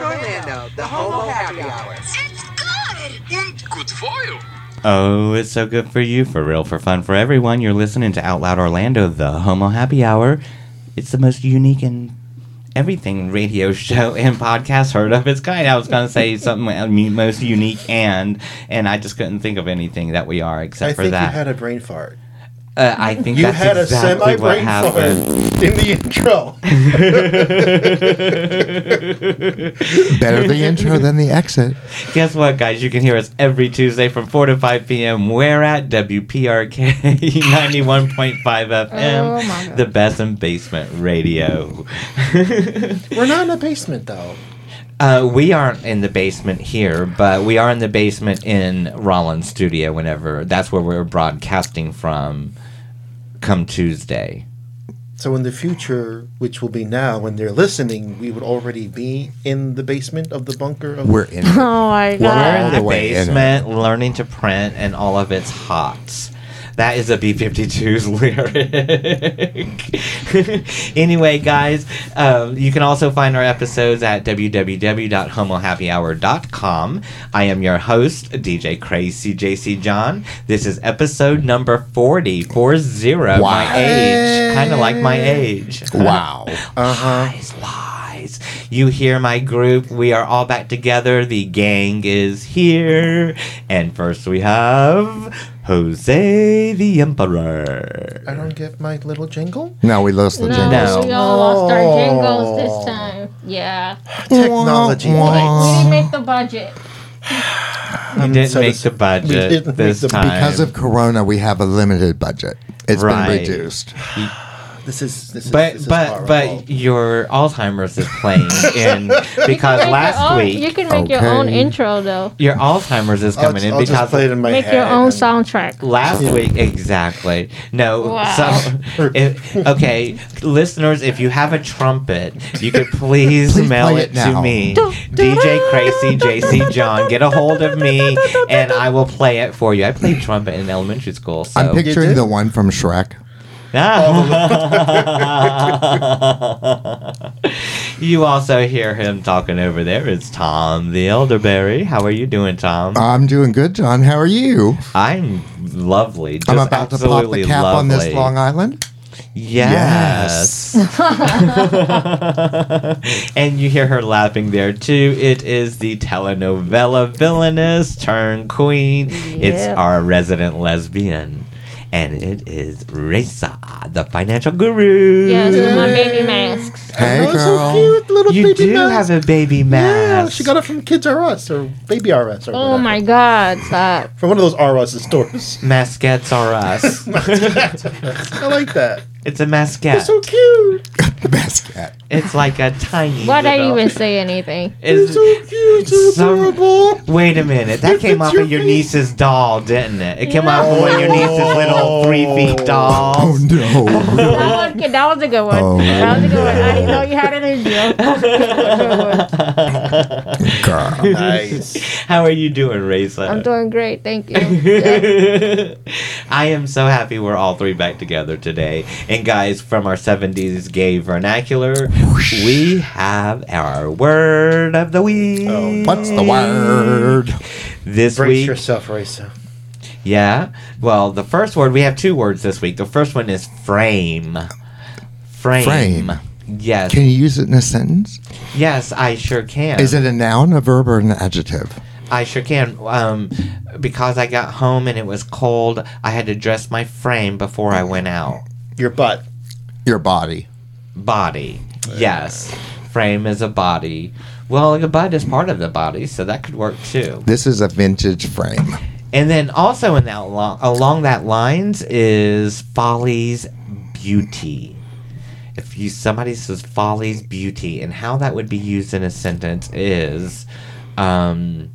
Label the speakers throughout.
Speaker 1: show, the Homo Happy Hour.
Speaker 2: It's good.
Speaker 3: Und gut for you.
Speaker 4: Oh, it's so good for you, for real, for fun, for everyone. You're listening to Out Loud Orlando, the Homo Happy Hour. It's the most unique and everything radio show and podcast heard of its kind. I was going to say something uh, mu- most unique and, and I just couldn't think of anything that we are except
Speaker 5: I
Speaker 4: for
Speaker 5: think
Speaker 4: that.
Speaker 5: you had a brain fart.
Speaker 4: uh, I think
Speaker 5: You
Speaker 4: that's
Speaker 5: had a
Speaker 4: exactly
Speaker 5: semi
Speaker 4: what
Speaker 5: brain fart
Speaker 4: happened.
Speaker 5: in the intro.
Speaker 6: Better the intro than the exit.
Speaker 4: Guess what, guys? You can hear us every Tuesday from 4 to 5 p.m. We're at WPRK 91.5
Speaker 6: Oh, my
Speaker 4: FM,
Speaker 6: God.
Speaker 4: the best in basement radio.
Speaker 5: We're not in a basement though.
Speaker 4: Uh, we aren't in the basement here, but we are in the basement in Rollins Studio. Whenever that's where we're broadcasting from, come Tuesday.
Speaker 5: So in the future, which will be now, when they're listening, we would already be in the basement of the bunker. Of
Speaker 6: We're in. it.
Speaker 7: Oh my
Speaker 4: We're
Speaker 7: god.
Speaker 4: in
Speaker 6: the
Speaker 4: the
Speaker 6: way in it.
Speaker 4: basement, learning to print and all of its hots. That is a B52's lyric. anyway, guys, um, you can also find our episodes at www.homohappyhour.com. I am your host, DJ Crazy JC John. This is episode number 40, 40,
Speaker 6: Wow.
Speaker 4: my age. Kind of like my age.
Speaker 6: Wow.
Speaker 5: Uh-huh.
Speaker 4: Lies, lies. You hear my group. We are all back together. The gang is here. And first we have Jose the Emperor.
Speaker 5: I don't get my little jingle.
Speaker 6: No, we lost the
Speaker 8: No,
Speaker 6: jingle.
Speaker 4: No.
Speaker 8: we all lost our jingles
Speaker 5: Oh.
Speaker 8: this time. Yeah.
Speaker 5: Technology.
Speaker 8: We
Speaker 5: fights.
Speaker 8: didn't make the budget.
Speaker 4: You didn't
Speaker 5: Um, so
Speaker 4: make
Speaker 5: this-
Speaker 4: the budget
Speaker 5: we didn't make
Speaker 4: this
Speaker 5: the-
Speaker 4: time.
Speaker 6: Because of Corona, we have a limited budget. It's
Speaker 4: Right.
Speaker 6: been reduced.
Speaker 5: This is this is this
Speaker 4: but
Speaker 5: is
Speaker 4: but
Speaker 5: horrible.
Speaker 4: but your Alzheimer's is playing in
Speaker 8: You can
Speaker 4: because
Speaker 8: make your
Speaker 4: last
Speaker 8: own-
Speaker 4: week
Speaker 8: You can make your own
Speaker 6: Okay.
Speaker 8: intro, though.
Speaker 4: your Alzheimer's is
Speaker 5: I'll,
Speaker 4: coming
Speaker 5: I'll
Speaker 4: in
Speaker 5: just
Speaker 4: because
Speaker 5: play it in my
Speaker 8: Make
Speaker 5: head.
Speaker 8: your own
Speaker 5: and-
Speaker 8: soundtrack.
Speaker 4: Last week, exactly. No,
Speaker 8: Wow.
Speaker 4: so if, okay, listeners, if you have a trumpet, you could please,
Speaker 6: Please
Speaker 4: mail
Speaker 6: play
Speaker 4: it,
Speaker 6: it
Speaker 4: to
Speaker 6: now.
Speaker 4: me, DJ Crazy JC John. Get a hold of me, and I will play it for you. I played trumpet in elementary school, so
Speaker 6: I'm picturing
Speaker 5: did?
Speaker 6: the one from Shrek.
Speaker 4: Ah. you also hear him talking over there. It's Tom the Elderberry. How are you doing, Tom?
Speaker 6: I'm doing good, John. How are you?
Speaker 4: I'm lovely. Just
Speaker 6: I'm about to pop the
Speaker 4: absolutely
Speaker 6: cap on this
Speaker 4: lovely.
Speaker 6: Long Island.
Speaker 4: Yes. and you hear her laughing there too. It is the telenovela villainess turn queen. It's
Speaker 7: Yeah.
Speaker 4: our resident lesbian. And it is Reza, the financial guru.
Speaker 8: Yes, with my baby masks.
Speaker 6: Hey,
Speaker 5: Oh,
Speaker 6: girl.
Speaker 5: so cute, little
Speaker 4: You
Speaker 5: baby
Speaker 4: do
Speaker 5: mouse.
Speaker 4: have a baby
Speaker 5: Yeah,
Speaker 4: mask.
Speaker 5: she got it from Kids R Us or Baby R Us or
Speaker 8: Oh
Speaker 5: whatever.
Speaker 8: my god, stop.
Speaker 5: From one of those R Us stores.
Speaker 4: Masquettes are us.
Speaker 5: I like that.
Speaker 4: it's a masquette.
Speaker 5: So cute.
Speaker 6: The best cat.
Speaker 4: it's like a tiny.
Speaker 8: Why'd I
Speaker 4: little-
Speaker 8: even say anything?
Speaker 4: It's-
Speaker 5: So cute. So
Speaker 4: Some-
Speaker 5: adorable.
Speaker 4: Wait a minute. That came off of your niece's doll, didn't it? It came off of one of your niece's little three feet
Speaker 6: Oh,
Speaker 4: dolls.
Speaker 6: no.
Speaker 7: That, one, that was a good one.
Speaker 6: Oh.
Speaker 7: That was a good one. I didn't know you had an intro.
Speaker 6: Girl.
Speaker 5: Nice.
Speaker 4: How are you doing, Raisa?
Speaker 8: I'm doing great, thank you.
Speaker 4: I am so happy we're all three back together today. And guys, from our 70s gay vernacular, we have our word of the week.
Speaker 5: Oh,
Speaker 6: What's the word?
Speaker 4: This
Speaker 5: Brace
Speaker 4: week,
Speaker 5: yourself, Raisa.
Speaker 4: yeah. Well, the first word, we have two words this week. The first one is frame. Frame.
Speaker 6: Frame.
Speaker 4: Yes.
Speaker 6: Can you use it in a sentence?
Speaker 4: yes, I sure can.
Speaker 6: Is it a noun, a verb, or an adjective?
Speaker 4: I sure can. Um, because I got home and it was cold, I had to dress my frame before I went out.
Speaker 5: Your butt.
Speaker 6: Your body.
Speaker 4: Body. Yes. Frame is a body. Well, a butt is part of the body, so that could work too.
Speaker 6: This is a vintage frame.
Speaker 4: And then also in that lo- along that lines is Folly's Beauty. If you somebody says Folly's Beauty and how that would be used in a sentence is um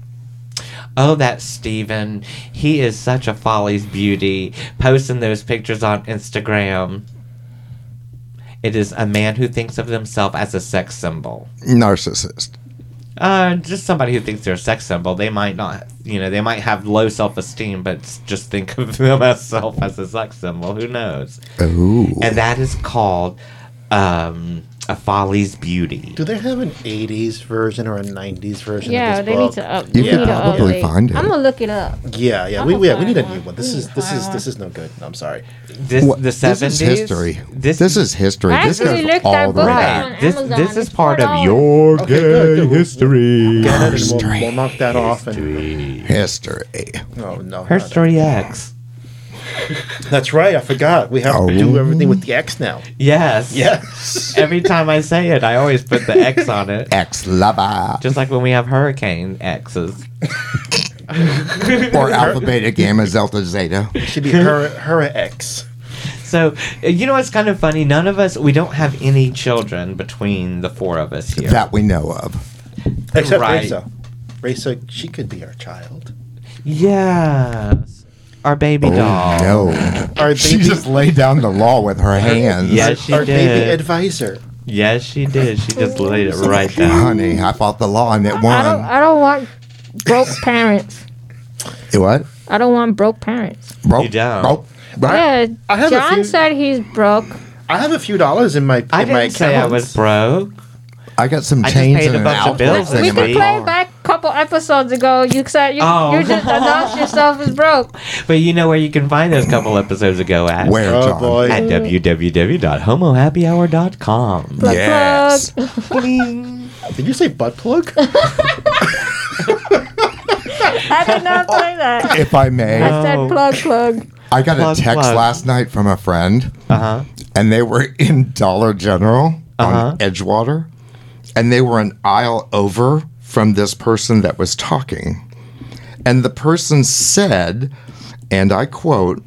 Speaker 4: Oh, that Steven. He is such a Folly's beauty. Posting those pictures on Instagram. It is a man who thinks of himself as a sex symbol.
Speaker 6: Narcissist.
Speaker 4: Uh, just somebody who thinks they're a sex symbol. They might not, you know, they might have low self esteem, but s- just think of themselves as a sex symbol. Who knows?
Speaker 6: Ooh.
Speaker 4: And that is called um, a folly's beauty.
Speaker 5: Do they have an 80s version or a 90s version
Speaker 8: yeah,
Speaker 5: of this
Speaker 8: they need
Speaker 5: book?
Speaker 8: to up.
Speaker 6: You
Speaker 8: we
Speaker 6: can
Speaker 8: need to
Speaker 6: probably
Speaker 8: update.
Speaker 6: find it.
Speaker 8: I'm gonna look it up.
Speaker 5: Yeah, yeah,
Speaker 8: I'm
Speaker 5: we,
Speaker 8: gonna
Speaker 5: yeah, we need a
Speaker 8: find
Speaker 5: new
Speaker 8: one.
Speaker 5: one. This
Speaker 8: We
Speaker 5: is
Speaker 8: need to
Speaker 5: this
Speaker 8: find
Speaker 5: is
Speaker 8: one.
Speaker 5: this is no good. I'm sorry.
Speaker 4: This
Speaker 6: What-
Speaker 4: the seventies.
Speaker 6: This is history. This, is history.
Speaker 8: I
Speaker 6: This
Speaker 8: actually
Speaker 6: goes
Speaker 8: looked
Speaker 6: all
Speaker 8: that
Speaker 6: the way
Speaker 8: book
Speaker 6: back.
Speaker 8: on
Speaker 4: right. This
Speaker 8: Amazon.
Speaker 4: this is
Speaker 8: It's
Speaker 4: part of
Speaker 8: $4.
Speaker 6: Your
Speaker 5: Okay, good, good. We'll-
Speaker 6: history.
Speaker 5: Get it and we'll, we'll knock that off. And
Speaker 4: history.
Speaker 6: History.
Speaker 5: no, no,
Speaker 4: Her
Speaker 5: no, no.
Speaker 4: story X.
Speaker 5: That's right. I forgot. We have to do
Speaker 6: Oh.
Speaker 5: everything with the X now.
Speaker 4: Yes.
Speaker 5: Yes.
Speaker 4: Every time I say it, I always put the X on it.
Speaker 6: Ex lover.
Speaker 4: Just like when we have hurricane X's.
Speaker 6: Or alpha, beta, gamma, delta, zeta.
Speaker 5: It should be her her X.
Speaker 4: So uh, you know what's kind of funny? None of us we don't have any children between the four of us here.
Speaker 6: That we know of.
Speaker 5: Except
Speaker 4: Right.
Speaker 5: Raisa. Raisa, she could be our child.
Speaker 4: Yes. Our baby doll.
Speaker 6: Oh,
Speaker 5: Our
Speaker 6: no. She
Speaker 5: baby-
Speaker 6: just laid down the law with her hands.
Speaker 4: Yes, she
Speaker 5: our
Speaker 4: did.
Speaker 5: baby advisor.
Speaker 4: Yes, she did. She just laid it right down.
Speaker 6: Honey, I fought the law and it
Speaker 8: I don't.
Speaker 6: won.
Speaker 8: I don't want broke parents.
Speaker 6: What?
Speaker 8: I don't want broke parents.
Speaker 6: Broke.
Speaker 4: You don't.
Speaker 6: Broke. Right?
Speaker 8: Yeah,
Speaker 5: I have a
Speaker 8: John
Speaker 5: few-
Speaker 8: said he's broke.
Speaker 5: I have a few dollars in my in
Speaker 4: I
Speaker 5: my
Speaker 4: didn't say I
Speaker 5: account.
Speaker 4: was broke.
Speaker 6: I got some
Speaker 4: I just
Speaker 6: change
Speaker 4: paid
Speaker 6: and
Speaker 4: a
Speaker 6: an
Speaker 4: bunch of
Speaker 6: outfit
Speaker 4: bills
Speaker 6: thing
Speaker 8: we
Speaker 6: in my
Speaker 8: could play
Speaker 6: car.
Speaker 8: back a couple episodes ago. You said you,
Speaker 4: Oh.
Speaker 8: you just announced yourself as broke.
Speaker 4: But you know where you can find those couple episodes ago at?
Speaker 6: Where,
Speaker 5: Oh,
Speaker 6: John?
Speaker 5: boy.
Speaker 4: At www.homohappyhour.com.
Speaker 8: Plug,
Speaker 6: Yes.
Speaker 8: plug.
Speaker 5: Did you say butt plug? Uh,
Speaker 8: I did not say that.
Speaker 6: If I may,
Speaker 8: I said plug, plug.
Speaker 6: I got
Speaker 4: Plug,
Speaker 6: a text
Speaker 4: plug.
Speaker 6: last night from a friend,
Speaker 4: Uh huh.
Speaker 6: and they were in Dollar General
Speaker 4: Uh-huh.
Speaker 6: on Edgewater, and they were an aisle over from this person that was talking. And the person said, and I quote,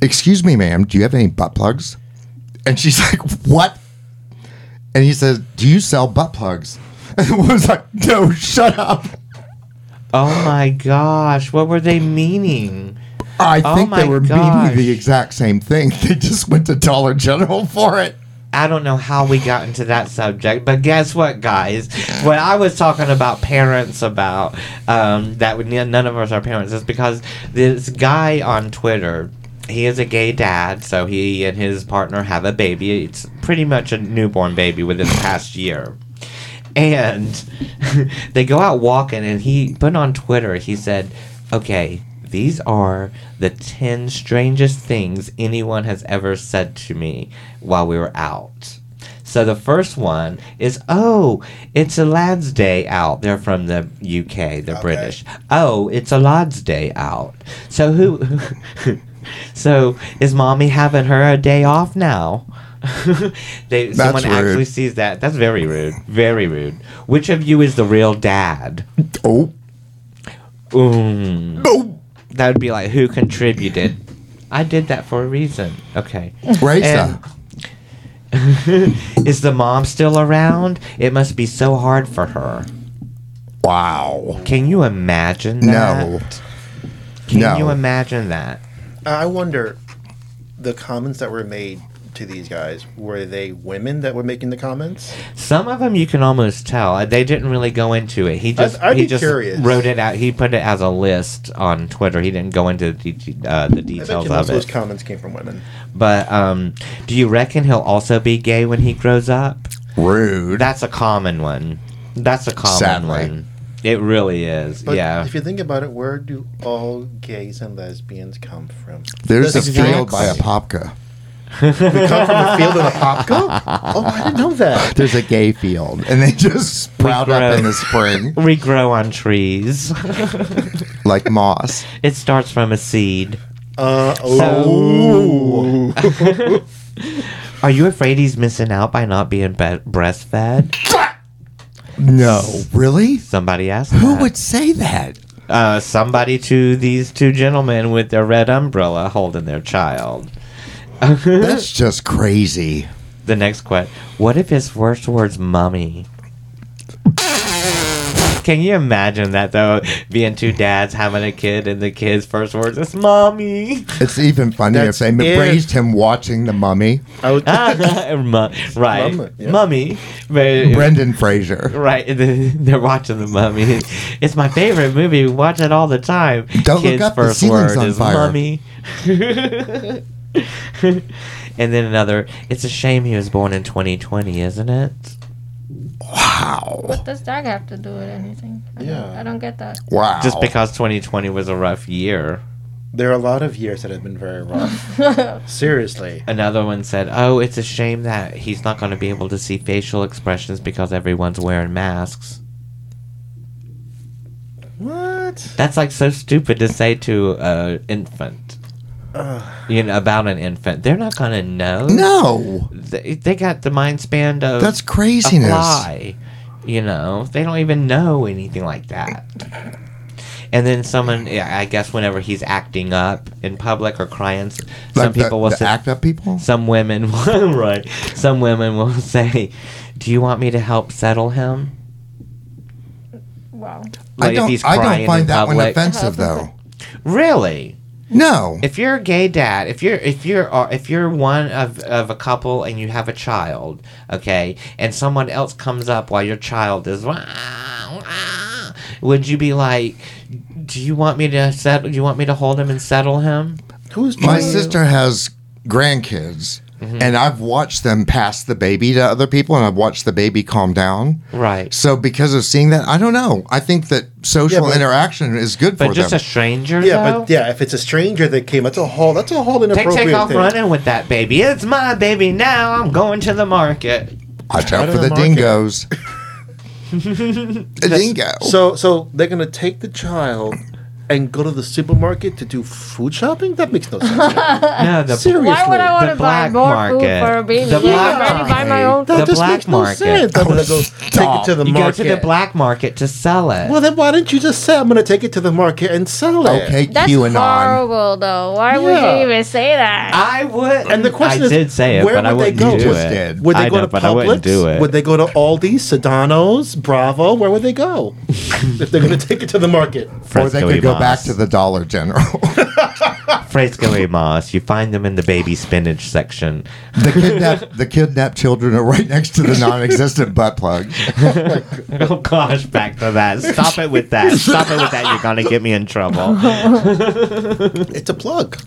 Speaker 6: Excuse me, ma'am, do you have any butt plugs? And she's like, What? And he says, Do you sell butt plugs? And the woman's like, No, shut up.
Speaker 4: Oh my gosh. What were they meaning?
Speaker 6: I
Speaker 4: Oh
Speaker 6: think
Speaker 4: my
Speaker 6: they were
Speaker 4: gosh.
Speaker 6: meaning the exact same thing. They just went to Dollar General for it.
Speaker 4: I don't know how we got into that subject, but guess what, guys? When I was talking about parents, about um, that we, none of us are parents, is because this guy on Twitter, he is a gay dad, so he and his partner have a baby. It's pretty much a newborn baby within the past year. And they go out walking, and he put on Twitter, he said, Okay, these are the 10 strangest things anyone has ever said to me while we were out. So the first one is, Oh, it's a lad's day out. They're from the UK, the British. Oh, it's a lad's day out. So who. So is mommy having her a day off now? they, someone actually
Speaker 6: rude.
Speaker 4: sees that. That's very rude. Very rude. Which of you is the real dad?
Speaker 6: Oh,
Speaker 4: Ooh.
Speaker 6: oh.
Speaker 4: That would be like who contributed. I did that for a reason. Okay.
Speaker 6: Raisa.
Speaker 4: Is the mom still around? It must be so hard for her.
Speaker 6: wow.
Speaker 4: Can you imagine that?
Speaker 6: No.
Speaker 4: Can
Speaker 6: No.
Speaker 4: you imagine that?
Speaker 5: I wonder the comments that were made to these guys were they women that were making the comments?
Speaker 4: Some of them you can almost tell. Uh, They didn't really go into it. He just
Speaker 5: I'd- I'd
Speaker 4: he
Speaker 5: be
Speaker 4: just
Speaker 5: curious.
Speaker 4: wrote it out. He put it as a list on Twitter. He didn't go into the, de- uh, the
Speaker 5: I bet
Speaker 4: details
Speaker 5: you most
Speaker 4: of
Speaker 5: of those
Speaker 4: it.
Speaker 5: comments came from women.
Speaker 4: but um, do you reckon he'll also be gay when he grows up?
Speaker 6: Rude.
Speaker 4: That's a common one. That's a common
Speaker 6: Sadly.
Speaker 4: one. It really is.
Speaker 5: But
Speaker 4: yeah.
Speaker 5: if you think about it, where do all gays and lesbians come from?
Speaker 6: There's
Speaker 5: That's
Speaker 6: a
Speaker 5: exactly-
Speaker 6: field by Apopka.
Speaker 5: They come from the field of Apopka? Oh, I didn't know that.
Speaker 6: There's a gay field, and they just sprout
Speaker 4: grow.
Speaker 6: up in the spring
Speaker 4: we grow on trees.
Speaker 6: like moss.
Speaker 4: it starts from a seed.
Speaker 5: Uh,
Speaker 4: So-
Speaker 5: oh.
Speaker 4: Are you afraid he's missing out by not being be- breastfed?
Speaker 6: No, really?
Speaker 4: Somebody asked.
Speaker 6: Who
Speaker 4: that.
Speaker 6: would say that?
Speaker 4: uh, somebody to these two gentlemen with their red umbrella holding their child.
Speaker 6: That's just crazy.
Speaker 4: The next question: What if his first word's "mummy"? Can you imagine that though? Being two dads having a kid, and the kid's first words is "mommy."
Speaker 6: It's even funny
Speaker 5: That's
Speaker 6: if they
Speaker 5: it.
Speaker 6: raised him watching the mummy.
Speaker 5: I would-
Speaker 4: Mu- Ah, right,
Speaker 5: Mummy, yeah.
Speaker 4: mummy. But-
Speaker 6: Brendan Fraser.
Speaker 4: Right, and then they're watching the mummy. It's my favorite movie. We watch it all the time.
Speaker 6: Don't look up, the ceiling's on fire.
Speaker 4: mummy. And then another, it's a shame he was born in 2020, isn't it?
Speaker 6: Wow.
Speaker 8: What does that have to do with anything? I Don't,
Speaker 5: Yeah.
Speaker 8: I don't get that.
Speaker 6: Wow.
Speaker 4: Just because 2020 was a rough year.
Speaker 5: There are a lot of years that have been very rough. Seriously.
Speaker 4: Another one said, "Oh, it's a shame that he's not going to be able to see facial expressions because everyone's wearing masks."
Speaker 5: What?
Speaker 4: That's like so stupid to say to an infant. You know about an infant, they're not going to know.
Speaker 6: No.
Speaker 4: they, they got the mind span of
Speaker 6: That's
Speaker 4: a
Speaker 6: craziness.
Speaker 4: fly. You know, they don't even know anything like that. And then someone, yeah, I guess, whenever he's acting up in public or crying, s- some
Speaker 6: Like the-
Speaker 4: people will
Speaker 6: the
Speaker 4: say,
Speaker 6: act up people?
Speaker 4: some women, will- right? Some women will say, "Do you want me to help settle him?"
Speaker 8: Wow.
Speaker 6: I don't I don't find that one offensive though.
Speaker 8: public.
Speaker 4: Really?
Speaker 6: No.
Speaker 4: if you're a gay dad, if you're if you're uh, if you're one of of a couple and you have a child, okay, and someone else comes up while your child is, "Wah, wah," would you be like, do you want me to settle? Do you want me to hold him and settle him?
Speaker 5: Who's
Speaker 6: My
Speaker 5: trying-
Speaker 6: sister has grandkids
Speaker 4: Mm-hmm.
Speaker 6: and I've watched them pass the baby to other people and I've watched the baby calm down.
Speaker 4: Right.
Speaker 6: So because of seeing that, I don't know. I think that social
Speaker 5: Yeah, but-
Speaker 6: interaction is good
Speaker 4: But
Speaker 6: for
Speaker 4: just
Speaker 6: them.
Speaker 4: a stranger,
Speaker 5: Yeah,
Speaker 4: though?
Speaker 5: but yeah, if it's a stranger that came, that's a whole that's a whole
Speaker 4: Take,
Speaker 5: inappropriate
Speaker 4: take off
Speaker 5: thing.
Speaker 4: running with that baby. It's my baby now. I'm going to the market.
Speaker 6: Watch
Speaker 5: Out
Speaker 6: out
Speaker 5: of
Speaker 6: for
Speaker 5: the
Speaker 6: the
Speaker 5: market.
Speaker 6: dingoes. the dingo.
Speaker 5: So so they're gonna take the child and go to the supermarket to do food shopping? That makes no sense.
Speaker 4: No, the
Speaker 5: Seriously.
Speaker 8: Why would I want to buy
Speaker 4: black
Speaker 8: more
Speaker 4: market.
Speaker 8: food for a baby? Yeah,
Speaker 4: The black
Speaker 8: I already buy my
Speaker 4: market.
Speaker 8: own.
Speaker 4: The
Speaker 5: That just
Speaker 4: black
Speaker 5: makes no
Speaker 4: market.
Speaker 5: sense. I'm gonna go take it to the
Speaker 4: you go
Speaker 5: market.
Speaker 4: to the black market to sell it.
Speaker 5: Well, then why didn't you just say I'm going to take it to the market and sell it?
Speaker 6: okay,
Speaker 8: That's
Speaker 6: QAnon.
Speaker 8: horrible, though. Why would
Speaker 5: Yeah.
Speaker 8: you even say that?
Speaker 4: I would.
Speaker 5: And the question
Speaker 4: I
Speaker 5: is,
Speaker 4: did say it,
Speaker 5: where
Speaker 4: but I
Speaker 5: would they
Speaker 4: wouldn't
Speaker 5: go?
Speaker 4: do
Speaker 6: Just
Speaker 4: it.
Speaker 6: did.
Speaker 5: Would they
Speaker 4: I
Speaker 5: go
Speaker 4: know,
Speaker 5: to
Speaker 4: but I wouldn't
Speaker 5: Publix?
Speaker 4: do it.
Speaker 5: Would they go to Aldi, Sedano's, Bravo? Where would they go if they're going to take it to the market?
Speaker 6: Or they could go back to the Dollar General.
Speaker 4: Fresco y Mas. You find them in the baby spinach section.
Speaker 6: the kidnapped the kidnapped children are right next to the non-existent butt plug.
Speaker 4: Oh gosh, back to that. Stop it with that. Stop it with that. You're gonna get me in trouble.
Speaker 5: It's a plug.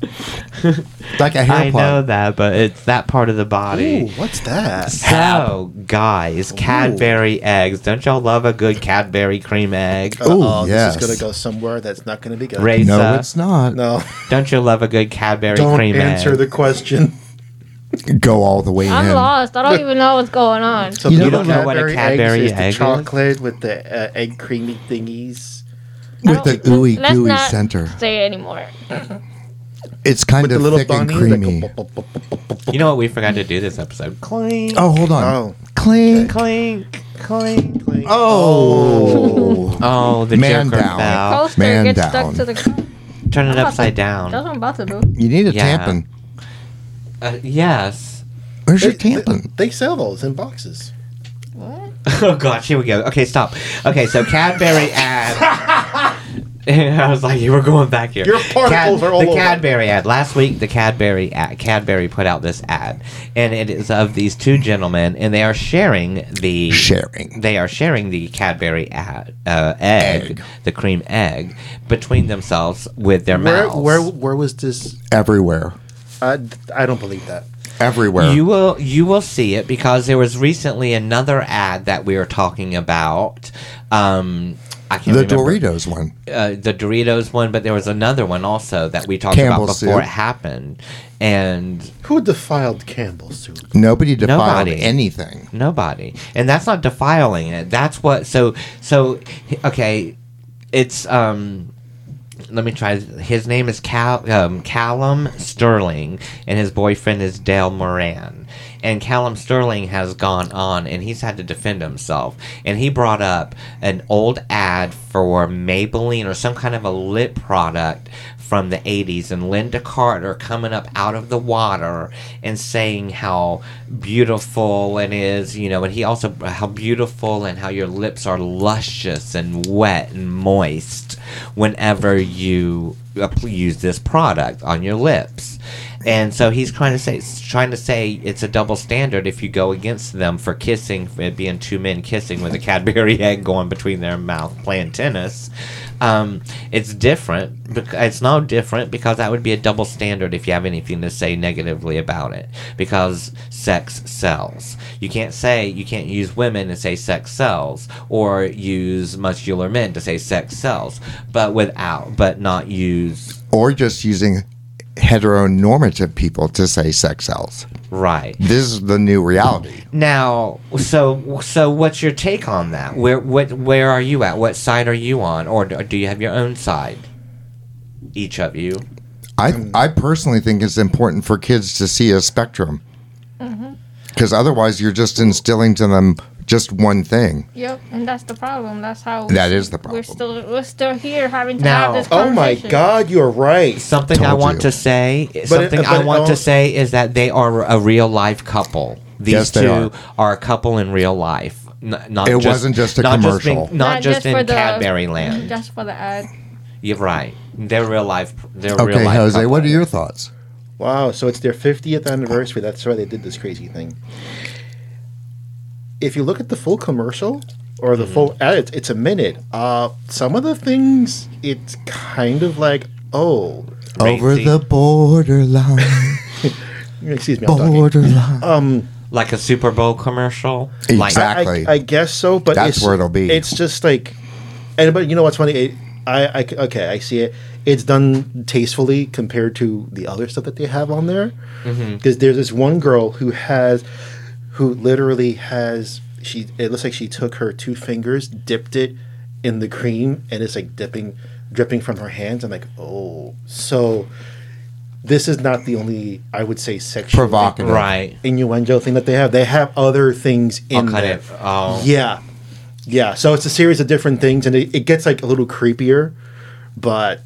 Speaker 6: Like a hair
Speaker 4: I know
Speaker 6: plug.
Speaker 4: that, but it's that part of the body.
Speaker 5: Ooh, what's that?
Speaker 4: So, Oh, guys, Cadbury eggs. Don't y'all love a good Cadbury cream egg?
Speaker 6: Ooh,
Speaker 5: Uh-oh,
Speaker 6: yes.
Speaker 5: This is going to go somewhere that's not going to be good.
Speaker 4: Raisa,
Speaker 6: No, it's not.
Speaker 5: No.
Speaker 4: don't you love a good Cadbury
Speaker 5: Don't
Speaker 4: cream
Speaker 5: answer
Speaker 4: egg?
Speaker 5: the question.
Speaker 6: Go all the way
Speaker 8: I'm
Speaker 6: in.
Speaker 8: lost. I don't even know what's going on.
Speaker 5: So
Speaker 6: You
Speaker 5: the
Speaker 6: don't
Speaker 4: know what a Cadbury
Speaker 5: eggs is
Speaker 4: egg
Speaker 5: the
Speaker 4: is?
Speaker 5: chocolate with the uh, egg creamy thingies.
Speaker 6: With the ooey
Speaker 8: Let's
Speaker 6: gooey
Speaker 8: not
Speaker 6: center.
Speaker 8: Say it anymore.
Speaker 6: It's kind
Speaker 5: With the
Speaker 6: of
Speaker 5: little
Speaker 6: thick and
Speaker 5: bunnies that
Speaker 6: creamy.
Speaker 5: go pop, pop, pop, pop, pop, pop.
Speaker 4: You know what we forgot to do this episode? Clink,
Speaker 6: Oh, hold on.
Speaker 5: Oh.
Speaker 6: Clink.
Speaker 4: clink, clink.
Speaker 6: Oh.
Speaker 4: Oh, the
Speaker 6: Man
Speaker 4: Joker
Speaker 6: down.
Speaker 4: fell.
Speaker 8: Coaster
Speaker 6: man
Speaker 8: gets
Speaker 6: down.
Speaker 8: stuck to the.
Speaker 4: Turn it
Speaker 8: I'm
Speaker 4: upside
Speaker 8: upside- That's
Speaker 4: down.
Speaker 8: what I'm about to do.
Speaker 6: you need a
Speaker 4: Yeah.
Speaker 6: tampon.
Speaker 4: Uh, yes.
Speaker 6: Where's
Speaker 5: They,
Speaker 6: your tampon?
Speaker 5: they sell those in boxes.
Speaker 8: What?
Speaker 4: Oh gosh, here we go. Okay, stop. Okay, so Cadbury ad. I was like, you were going back here.
Speaker 5: Your particles are all
Speaker 4: The
Speaker 5: over.
Speaker 4: Cadbury ad. Last week, the Cadbury ad, Cadbury put out this ad, and it is of these two gentlemen, and they are sharing the
Speaker 6: Sharing.
Speaker 4: they are sharing the Cadbury ad, uh, egg,
Speaker 6: Egg.
Speaker 4: the cream egg, between themselves with their
Speaker 5: Where,
Speaker 4: mouths.
Speaker 5: where, where was this?
Speaker 6: Everywhere.
Speaker 5: I, I don't believe that.
Speaker 6: Everywhere.
Speaker 4: You will you will see it because there was recently another ad that we were talking about. Um, I can't
Speaker 6: the
Speaker 4: remember.
Speaker 6: Doritos one.
Speaker 4: uh, the Doritos one, but there was another one also that we talked
Speaker 6: Campbell's
Speaker 4: about before
Speaker 6: soup.
Speaker 4: it happened, and
Speaker 5: Who defiled Campbell soup?
Speaker 6: Nobody defiled
Speaker 4: Nobody.
Speaker 6: anything.
Speaker 4: nobody. And that's not defiling it. That's what. So so okay, it's um. Let me try. His name is Cal, um, Callum Sterling, and his boyfriend is Dale Moran. And Callum Sterling has gone on, and he's had to defend himself. And he brought up an old ad for Maybelline or some kind of a lip product from the 80s and Linda Carter coming up out of the water and saying how beautiful it is, you know, and he also how beautiful and how your lips are luscious and wet and uh, moist whenever you app- use this product on your lips. and so he's trying to say trying to say it's a double standard if you go against them for kissing, for it being two men kissing with a Cadbury egg going between their mouth playing tennis. Um, it's different. bec- It's not different because that would be a double standard if you have anything to say negatively about it. Because sex sells. You can't say you can't use women to say sex sells, or use muscular men to say sex sells, but without, but not use
Speaker 6: or just using heteronormative people to say sex sells.
Speaker 4: right.
Speaker 6: This is the new reality.
Speaker 4: Now, so so, what's your take on that? Where what where are you at? What side are you on, or do do you have your own side? Each of you.
Speaker 6: I I personally think it's important for kids to see a spectrum, because otherwise you're just instilling to them just one thing.
Speaker 8: Yep, and that's the problem. That's how
Speaker 6: That is the
Speaker 8: we're
Speaker 6: problem.
Speaker 8: still we're still here having to have
Speaker 4: Now-
Speaker 8: this
Speaker 5: Oh my
Speaker 8: conversation.
Speaker 5: God, you're right.
Speaker 4: Something
Speaker 6: Told
Speaker 4: I want
Speaker 6: you.
Speaker 4: to say. something
Speaker 5: but
Speaker 4: I
Speaker 5: it
Speaker 4: want
Speaker 5: al-
Speaker 4: to say is that they are a real life couple. These
Speaker 6: Yes,
Speaker 4: two
Speaker 6: they
Speaker 4: are.
Speaker 6: are.
Speaker 4: a couple in real life. N- not
Speaker 6: It
Speaker 4: just,
Speaker 6: wasn't just a
Speaker 4: not Just
Speaker 6: commercial.
Speaker 4: being, not, just,
Speaker 8: for
Speaker 4: in
Speaker 8: the-
Speaker 4: Cadbury land.
Speaker 8: Just for the ad.
Speaker 4: You're right. They're real life. They're real
Speaker 6: Okay,
Speaker 4: life.
Speaker 6: Jose, what are
Speaker 4: couple.
Speaker 6: your thoughts?
Speaker 5: Wow, so it's their 50th anniversary. That's why they did this crazy thing. If you look at the full commercial or the full ad, it's, it's a minute. Uh, some of the things, it's kind of like, oh,
Speaker 6: Over
Speaker 4: Crazy.
Speaker 6: the borderline,
Speaker 5: excuse me, I'm talking.
Speaker 6: borderline.
Speaker 4: like a Super Bowl commercial. Like,
Speaker 6: Exact-
Speaker 5: I-
Speaker 6: Exactly.
Speaker 5: I, I guess so, but
Speaker 6: That's
Speaker 5: it's,
Speaker 6: where it'll be.
Speaker 5: It's just like, and but you know what's funny? It, I, I c- okay, I see it. It's done tastefully compared to the other stuff that they have on there. Because there's this one girl who has, who literally has she. It looks like she took her two fingers, dipped it in the cream, and it's like dipping, dripping from her hands. I'm like, oh, so. This is not the only, I would say, sexual
Speaker 6: Provocative.
Speaker 4: right.
Speaker 5: innuendo thing that they have. They have other things in
Speaker 4: I'll cut
Speaker 5: there.
Speaker 4: it. Oh.
Speaker 5: Yeah. Yeah. So it's a series of different things and it, it gets like a little creepier, but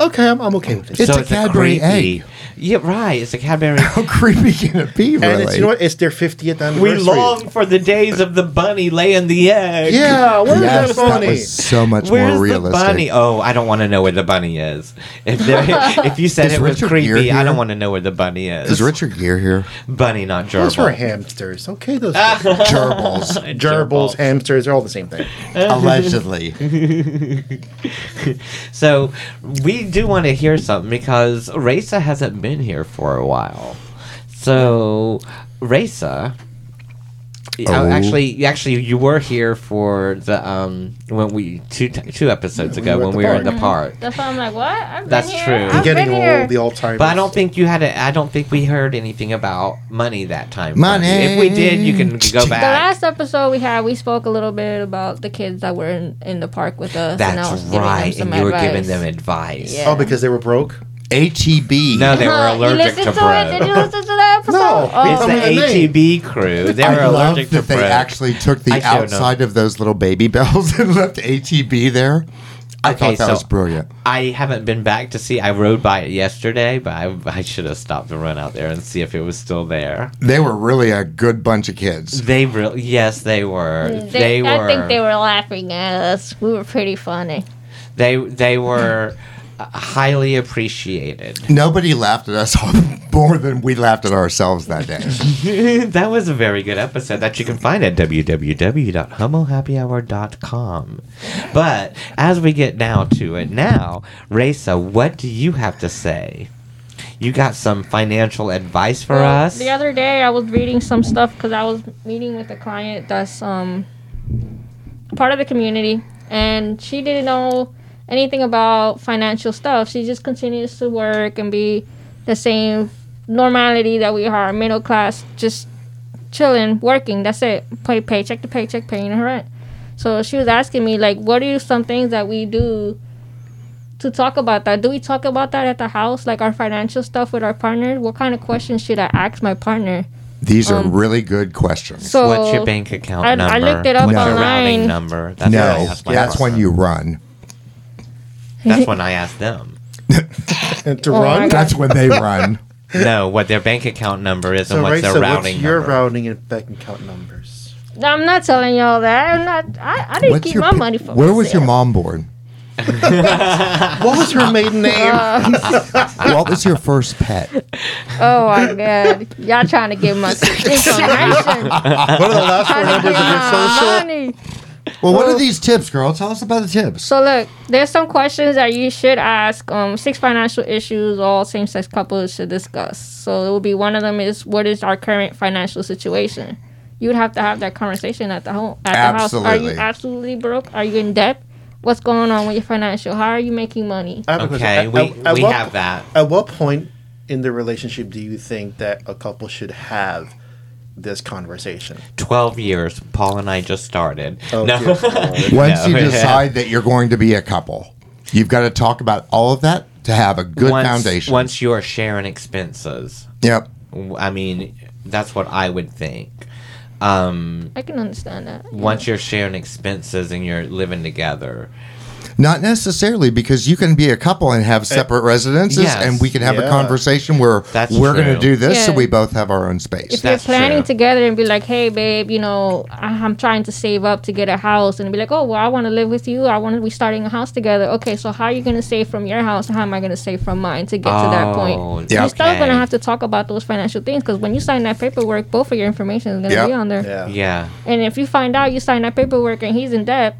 Speaker 5: okay, I'm, I'm okay with it.
Speaker 6: It's a Cadbury
Speaker 4: creepy-
Speaker 6: egg.
Speaker 4: Yeah, right. It's a Cadbury.
Speaker 6: How creepy can it be, really?
Speaker 5: and it's, you know what? It's their 50th anniversary.
Speaker 4: we long for the days of the bunny laying the egg.
Speaker 5: Yeah. Where's
Speaker 6: yes,
Speaker 5: that funny?
Speaker 6: that was so much
Speaker 4: Where's
Speaker 6: more
Speaker 4: the
Speaker 6: realistic.
Speaker 4: bunny? Oh, I don't want to know where the bunny is. If there, if you said
Speaker 6: Is
Speaker 4: it was
Speaker 6: Richard Gere
Speaker 4: creepy, I
Speaker 6: here?
Speaker 4: don't want to know where the bunny is.
Speaker 6: Is Richard Gere here?
Speaker 4: bunny, not
Speaker 5: Those were
Speaker 4: gerbil.
Speaker 5: hamsters. Okay, those
Speaker 4: Ah,
Speaker 6: Gerbils,
Speaker 5: gerbils, hamsters, they're all the same thing.
Speaker 6: allegedly.
Speaker 4: So we do want to hear something because Raisa hasn't been here for a while. So Raisa,
Speaker 6: Oh.
Speaker 4: oh. actually, actually, you were here for the um when we two t- two episodes
Speaker 5: Yeah,
Speaker 4: ago when we were in the park.
Speaker 8: That's why I'm like, what? I've
Speaker 4: That's
Speaker 8: been here.
Speaker 4: true.
Speaker 8: I've
Speaker 5: Getting
Speaker 8: been here.
Speaker 5: old, the all time.
Speaker 4: But I don't think you had it. I don't think we heard anything about money that time.
Speaker 6: Money.
Speaker 4: If we did, you can go
Speaker 6: The
Speaker 4: back.
Speaker 8: the last episode we had, we spoke a little bit about the kids that were in, in the park with us. and I
Speaker 4: That's
Speaker 8: was giving them
Speaker 4: right,
Speaker 8: some
Speaker 4: and you were
Speaker 8: advice.
Speaker 4: giving them advice.
Speaker 8: Yeah.
Speaker 5: Oh, because they were broke?
Speaker 6: ATB.
Speaker 4: No, they were
Speaker 8: Huh,
Speaker 4: allergic
Speaker 8: you
Speaker 4: to
Speaker 8: listened to, it? Did
Speaker 4: bread.
Speaker 8: you listen to that episode?
Speaker 5: No,
Speaker 4: It's
Speaker 8: Oh.
Speaker 5: Tell me the name.
Speaker 4: the ATB crew. They were
Speaker 6: I love
Speaker 4: allergic to
Speaker 6: that they
Speaker 4: bread.
Speaker 6: actually took the
Speaker 4: I still don't.
Speaker 6: outside of those little baby bells and left ATB there. I
Speaker 4: Okay,
Speaker 6: thought that
Speaker 4: so-
Speaker 6: was brilliant.
Speaker 4: I haven't been back to see. I rode by it yesterday, but I, I should have stopped and run out there and see if it was still there.
Speaker 6: They were really a good bunch of kids.
Speaker 4: They really, yes, they were. They, were.
Speaker 8: I think they were laughing at us. We were pretty funny.
Speaker 4: They they were uh, highly appreciated.
Speaker 6: Nobody laughed at us more than we laughed at ourselves that day.
Speaker 4: that was a very good episode that you can find at www.homohappyhour.com. But as we get now to it, now, Raisa, what do you have to say? You got some financial advice for
Speaker 8: Well,
Speaker 4: us?
Speaker 8: The other day, I was reading some stuff because I was meeting with a client that's um part of the community, and she didn't know anything about financial stuff. She just continues to work and be the same normality that we are, middle class, just chilling, working. That's it. Pay paycheck to paycheck, paying her rent. So she was asking me like, what are some things that we do? to talk about that. Do we talk about that at the house, like our financial stuff with our partner? What kind of questions should I ask my partner?
Speaker 6: These
Speaker 8: Um,
Speaker 6: are really good questions.
Speaker 8: So
Speaker 4: What's your bank account
Speaker 8: I- I
Speaker 4: number?
Speaker 8: looked it up
Speaker 4: What's your routing
Speaker 8: online.
Speaker 4: number? That's what I
Speaker 6: no,
Speaker 4: asked my
Speaker 6: that's when
Speaker 4: partner.
Speaker 6: you run.
Speaker 4: That's when I asked them.
Speaker 5: And to
Speaker 8: Oh my
Speaker 5: run?
Speaker 8: God.
Speaker 6: That's when they run.
Speaker 4: No, what their bank account number is
Speaker 5: So,
Speaker 4: and what's
Speaker 5: right,
Speaker 4: their
Speaker 5: so
Speaker 4: routing
Speaker 5: what's your
Speaker 4: number.
Speaker 5: routing and bank account numbers?
Speaker 8: I'm not telling y'all that. I'm not. I, I didn't
Speaker 6: What's
Speaker 8: keep
Speaker 6: your
Speaker 8: my
Speaker 6: pa-
Speaker 8: money for
Speaker 6: Where was your
Speaker 8: myself.
Speaker 6: mom born?
Speaker 5: What was her maiden name?
Speaker 6: what was your first pet?
Speaker 8: Uh, Oh my god, y'all trying to give my information?
Speaker 5: what are the last four
Speaker 8: trying to
Speaker 5: numbers
Speaker 8: give
Speaker 5: of your
Speaker 8: my
Speaker 5: social?
Speaker 8: money.
Speaker 6: Well, what are these tips, girl? Tell us about the tips.
Speaker 8: So look, there's some questions that you should ask. Um, six financial issues all same-sex couples should discuss. So it will be one of them is what is our current financial situation. You would have to have that conversation at the home at the house. Are
Speaker 6: Absolutely.
Speaker 8: you absolutely broke? Are you in debt? What's going on with your financial? How are you making money?
Speaker 5: I have a question.
Speaker 4: Okay,
Speaker 5: At-
Speaker 4: we,
Speaker 5: at- at
Speaker 4: we
Speaker 5: what-
Speaker 4: have that.
Speaker 5: At what point in the relationship do you think that a couple should have this conversation?
Speaker 4: 12 years, Paul and I just started.
Speaker 6: Oh,
Speaker 4: no.
Speaker 5: Oh, dear Lord.
Speaker 4: No.
Speaker 6: Once you decide that you're going to be a couple, you've got to talk about all of that to have a good
Speaker 4: once,
Speaker 6: foundation.
Speaker 4: Once you are sharing expenses,
Speaker 6: Yep.
Speaker 4: w- I mean, that's what I would think. Um,
Speaker 8: I can understand that.
Speaker 4: once you're sharing expenses and you're living together,
Speaker 6: Not necessarily because you can be a couple and have separate residences,
Speaker 4: Uh, Yes.
Speaker 6: and we can have a
Speaker 5: Yeah.
Speaker 6: conversation where
Speaker 4: That's
Speaker 6: we're going to
Speaker 4: true.
Speaker 6: do this, so
Speaker 8: Yeah.
Speaker 6: we both have our own space.
Speaker 8: if you're
Speaker 4: That's
Speaker 8: planning
Speaker 4: true.
Speaker 8: together and be like, hey, babe, you know, I- I'm trying to save up to get a house, and be like, oh, well, I want to live with you. I want to be starting a house together. Okay, so how are you going to save from your house? and How am I going to save from mine to get to that
Speaker 4: Oh,
Speaker 8: point?
Speaker 6: Yeah.
Speaker 8: You're still going
Speaker 4: okay.
Speaker 8: to have to talk about those financial things because when you sign that paperwork, both of your information is going to
Speaker 6: Yep.
Speaker 8: be on there.
Speaker 5: Yeah.
Speaker 4: yeah.
Speaker 8: And if you find out you signed that paperwork and he's in debt,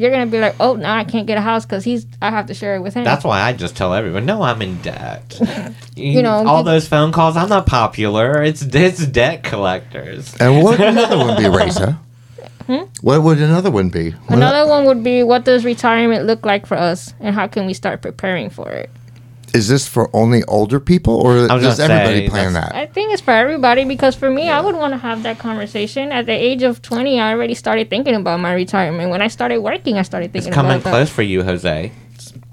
Speaker 8: you're going to be like, oh, now I can't get a house because he's, I have to share it with him.
Speaker 4: That's why I just tell everyone, no, I'm in debt.
Speaker 8: You know,
Speaker 4: all
Speaker 8: you-
Speaker 4: those phone calls, I'm not popular. It's it's debt collectors.
Speaker 6: And what would another one be, Raisa? What would another one be? What-
Speaker 8: Hmm? Another one would be, what does retirement look like for us and how can we start preparing for it?
Speaker 6: Is this for only older people, or
Speaker 4: gonna
Speaker 6: does everybody
Speaker 4: say,
Speaker 6: plan
Speaker 4: that's-
Speaker 6: that?
Speaker 8: I think it's for everybody because for me, I would want to have that conversation. At the age of 20, I already started thinking about my retirement. When I started working, I started
Speaker 4: It's
Speaker 8: thinking
Speaker 4: coming
Speaker 8: about that.
Speaker 4: close for you, Jose.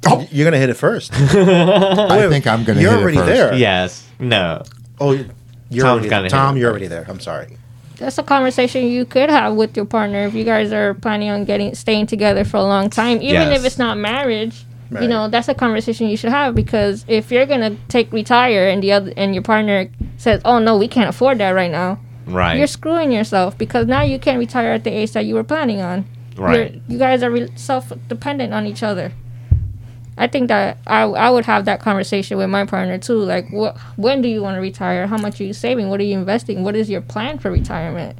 Speaker 4: Oh.
Speaker 5: You're going to hit it first.
Speaker 6: I think I'm going to.
Speaker 5: You're already there.
Speaker 4: Yes. No.
Speaker 5: Oh, you're
Speaker 4: Tom's
Speaker 5: already
Speaker 4: gotta hit
Speaker 5: Tom,
Speaker 4: it
Speaker 5: you're already there. I'm sorry.
Speaker 8: That's a conversation you could have with your partner if you guys are planning on getting staying together for a long time, even
Speaker 4: Yes.
Speaker 8: if it's not marriage. You
Speaker 5: Right.
Speaker 8: know, that's a conversation you should have because if you're gonna take retire and the other and your partner says, "Oh no, we can't afford that right now,"
Speaker 4: Right.
Speaker 8: you're screwing yourself because now you can't retire at the age that you were planning on.
Speaker 4: Right.
Speaker 8: You're- you guys are re- self-dependent on each other. I think that I, I would have that conversation with my partner too. Like, what when do you want to retire? How much are you saving? What are you investing? What is your plan for retirement?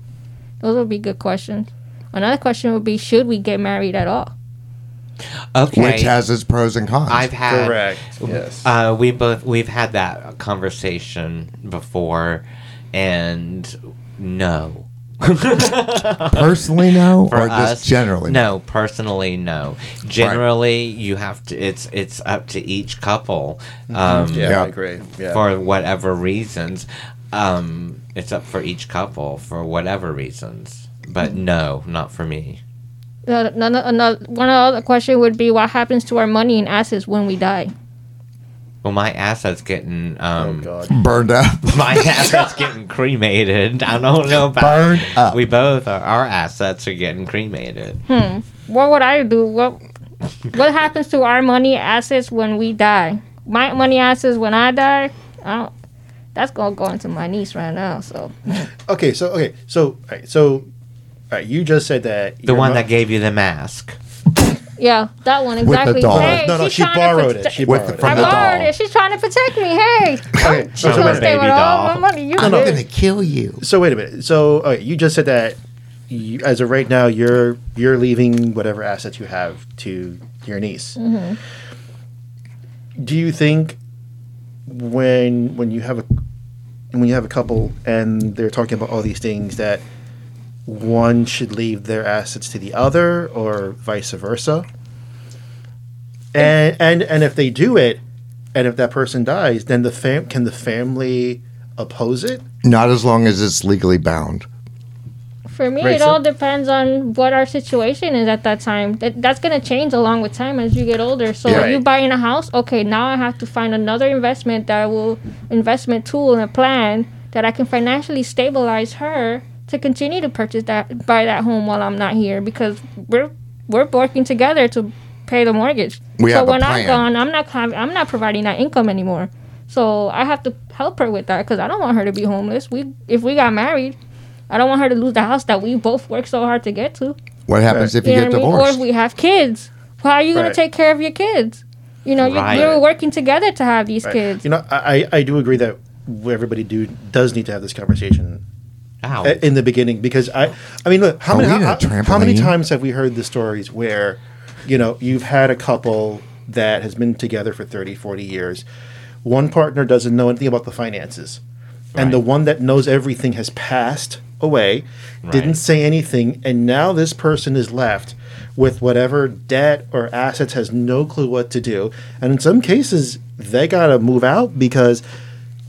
Speaker 8: Those would be good questions. Another question would be, should we get married at all?
Speaker 4: okay.
Speaker 6: Which has its pros and cons.
Speaker 4: I've had
Speaker 5: Correct. Yes.
Speaker 4: Uh, we both we've had that conversation before, and no.
Speaker 6: Personally, no,
Speaker 4: For
Speaker 6: or
Speaker 4: us,
Speaker 6: just generally,
Speaker 4: no. Personally, no. Generally, you have to. It's it's up to each couple.
Speaker 6: Mm-hmm.
Speaker 4: Um,
Speaker 5: yeah,
Speaker 6: yeah.
Speaker 5: I agree. Yeah.
Speaker 4: for whatever reasons. Um, it's up for each couple for whatever reasons. But
Speaker 5: Hmm.
Speaker 4: no, not for me.
Speaker 8: Uh, Another, another, one other question would be, what happens to our money and assets when we die?
Speaker 4: Well, my asset's getting
Speaker 5: oh,
Speaker 4: um,
Speaker 5: God.
Speaker 6: Burned up.
Speaker 4: my asset's getting cremated. I don't know about
Speaker 6: Burned up.
Speaker 4: We both are, our assets are getting cremated.
Speaker 5: Hmm.
Speaker 8: what would I do? What what happens to our money assets when we die? My money assets when I die, I don't, that's gonna go into my niece right now. So
Speaker 5: Okay, so, okay. So, all right, so, all right, you just said that.
Speaker 4: The one that gave you the mask.
Speaker 8: yeah, that one
Speaker 6: the
Speaker 8: exactly.
Speaker 6: doll.
Speaker 8: Hey,
Speaker 5: No, no,
Speaker 8: she's
Speaker 5: she
Speaker 8: trying to
Speaker 5: borrowed
Speaker 8: prote-
Speaker 5: it. She
Speaker 6: With
Speaker 5: borrowed
Speaker 6: the-
Speaker 5: it.
Speaker 8: I
Speaker 6: from
Speaker 8: borrowed
Speaker 6: doll.
Speaker 8: it. She's trying to protect me. Hey,
Speaker 5: Okay,
Speaker 8: she's
Speaker 5: so
Speaker 8: gonna
Speaker 5: wait a
Speaker 8: stay
Speaker 4: minute.
Speaker 8: with all my
Speaker 4: Baby doll.
Speaker 8: money. You
Speaker 6: I'm
Speaker 8: did.
Speaker 6: going to kill you.
Speaker 5: So wait a minute. So okay, you just said that you, as of right now, you're you're leaving whatever assets you have to your niece. Do you think when when you have a when you have a couple and they're talking about all these things that one should leave their assets to the other or vice versa? And and and if they do it, and if that person dies, then the fam can the family oppose it?
Speaker 6: Not as long as it's legally bound.
Speaker 8: For me,
Speaker 5: Right,
Speaker 8: it
Speaker 5: so-
Speaker 8: all depends on what our situation is at that time. That, that's going to change along with time as you get older. So
Speaker 5: Yeah.
Speaker 8: are you
Speaker 5: Right.
Speaker 8: buying a house, okay, now I have to find another investment that will investment tool and a plan that I can financially stabilize her to continue to purchase that buy that home while I'm not here because we're we're working together to pay the mortgage.
Speaker 6: We
Speaker 8: so
Speaker 6: have a
Speaker 8: when
Speaker 6: plan.
Speaker 8: I'm gone, I'm not hav- I'm not providing that income anymore. So I have to help her with that because I don't want her to be homeless. We if we got married, I don't want her to lose the house that we both worked so hard to get to.
Speaker 6: What happens if you
Speaker 8: You know
Speaker 6: get
Speaker 8: what I mean? Or
Speaker 6: divorced?
Speaker 8: if we have kids. Well, how are you going
Speaker 5: Right.
Speaker 8: to take care of your kids? You know, you're
Speaker 4: Right.
Speaker 8: we were working together to have these
Speaker 5: Right.
Speaker 8: kids.
Speaker 5: You know, I, I I do agree that everybody do does need to have this conversation
Speaker 4: Ow.
Speaker 5: a- in the beginning because I I mean look how
Speaker 6: Are
Speaker 5: many
Speaker 6: we
Speaker 5: how,
Speaker 6: at a
Speaker 5: how many
Speaker 6: trampoline?
Speaker 5: times have we heard the stories where you know you've had a couple that has been together for 30 40 years one partner doesn't know anything about the finances and the
Speaker 4: Right.
Speaker 5: one that knows everything has passed away didn't
Speaker 4: Right.
Speaker 5: say anything and now this person is left with whatever debt or assets has no clue what to do and in some cases they got to move out because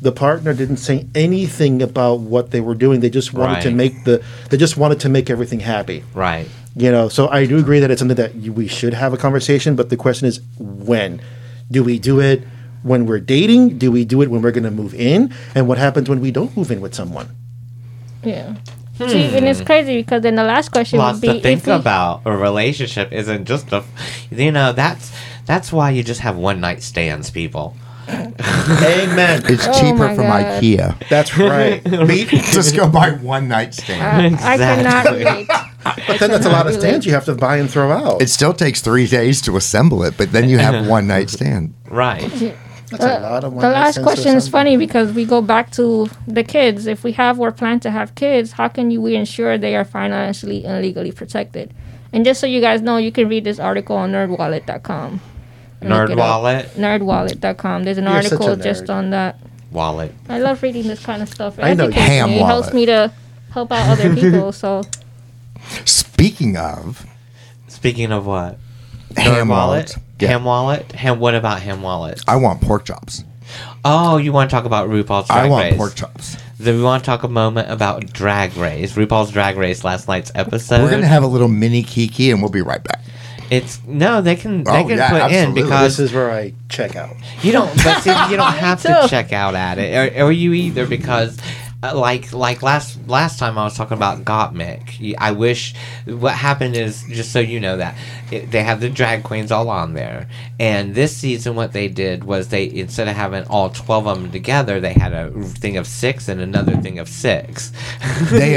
Speaker 5: the partner didn't say anything about what they were doing they just wanted to
Speaker 4: Right.
Speaker 5: make the they just wanted to make everything happy
Speaker 4: right.
Speaker 5: you know so i do agree that it's something that you, we should have a conversation but the question is when do we do it when we're dating do we do it when we're going to move in and what happens when we don't move in with someone
Speaker 8: Yeah. See, and it's crazy because then the last question
Speaker 4: Hmm. Lots
Speaker 8: would be
Speaker 4: to think
Speaker 8: if we-
Speaker 4: about. A relationship isn't just a, you know, that's that's why you just have one night stands, people.
Speaker 5: amen
Speaker 6: It's
Speaker 8: Oh
Speaker 6: cheaper
Speaker 8: my
Speaker 6: from
Speaker 8: God.
Speaker 6: IKEA.
Speaker 5: that's right
Speaker 6: Just go buy one night stand.
Speaker 8: I, I cannot
Speaker 4: Exactly.
Speaker 8: relate.
Speaker 5: but then that's a lot of stands you have to buy and throw out
Speaker 6: It still takes three days to assemble it, but then you have one night stand.
Speaker 4: Right.
Speaker 5: that's a lot of
Speaker 8: Uh, The last question is
Speaker 5: funny.
Speaker 8: funny because we go back to the kids. If we have or plan to have kids, how can you, we ensure they are financially and legally protected? And just so you guys know, you can read this article on nerdwallet.com. and look it up.
Speaker 4: NerdWallet.
Speaker 8: Nerdwallet.com. There's an
Speaker 5: You're such a
Speaker 8: article just
Speaker 5: nerd.
Speaker 8: on that.
Speaker 4: Wallet.
Speaker 8: I love reading this kind of stuff. It
Speaker 5: I know,
Speaker 8: educates
Speaker 6: ham
Speaker 8: me. It helps
Speaker 6: wallet.
Speaker 8: me to help out other people. So
Speaker 6: Speaking of
Speaker 4: Speaking of what?
Speaker 6: ham
Speaker 4: Nerd
Speaker 6: wallet, yeah,
Speaker 4: Ham wallet. Ham. What about ham wallet?
Speaker 6: I want pork chops.
Speaker 4: Oh, you want to talk about RuPaul's Drag
Speaker 6: I want
Speaker 4: Race?
Speaker 6: pork chops.
Speaker 4: Then we want to talk a moment about Drag Race, RuPaul's Drag Race, last night's episode.
Speaker 6: We're gonna have a little mini kiki, and we'll be right back.
Speaker 4: It's no, they can they
Speaker 6: Oh,
Speaker 4: can
Speaker 6: yeah,
Speaker 4: put
Speaker 6: absolutely.
Speaker 4: in
Speaker 5: this
Speaker 4: because
Speaker 5: is where i check out
Speaker 4: you don't. But see, you don't have to
Speaker 8: Too.
Speaker 4: check out at it, or, or you either because. uh, Like like last last time I was talking about Gottmik. Y- I wish what happened is just so you know that it, they have the drag queens all on there, and this season what they did was they instead of having all twelve of them together, they had a thing of six and another thing of six.
Speaker 6: They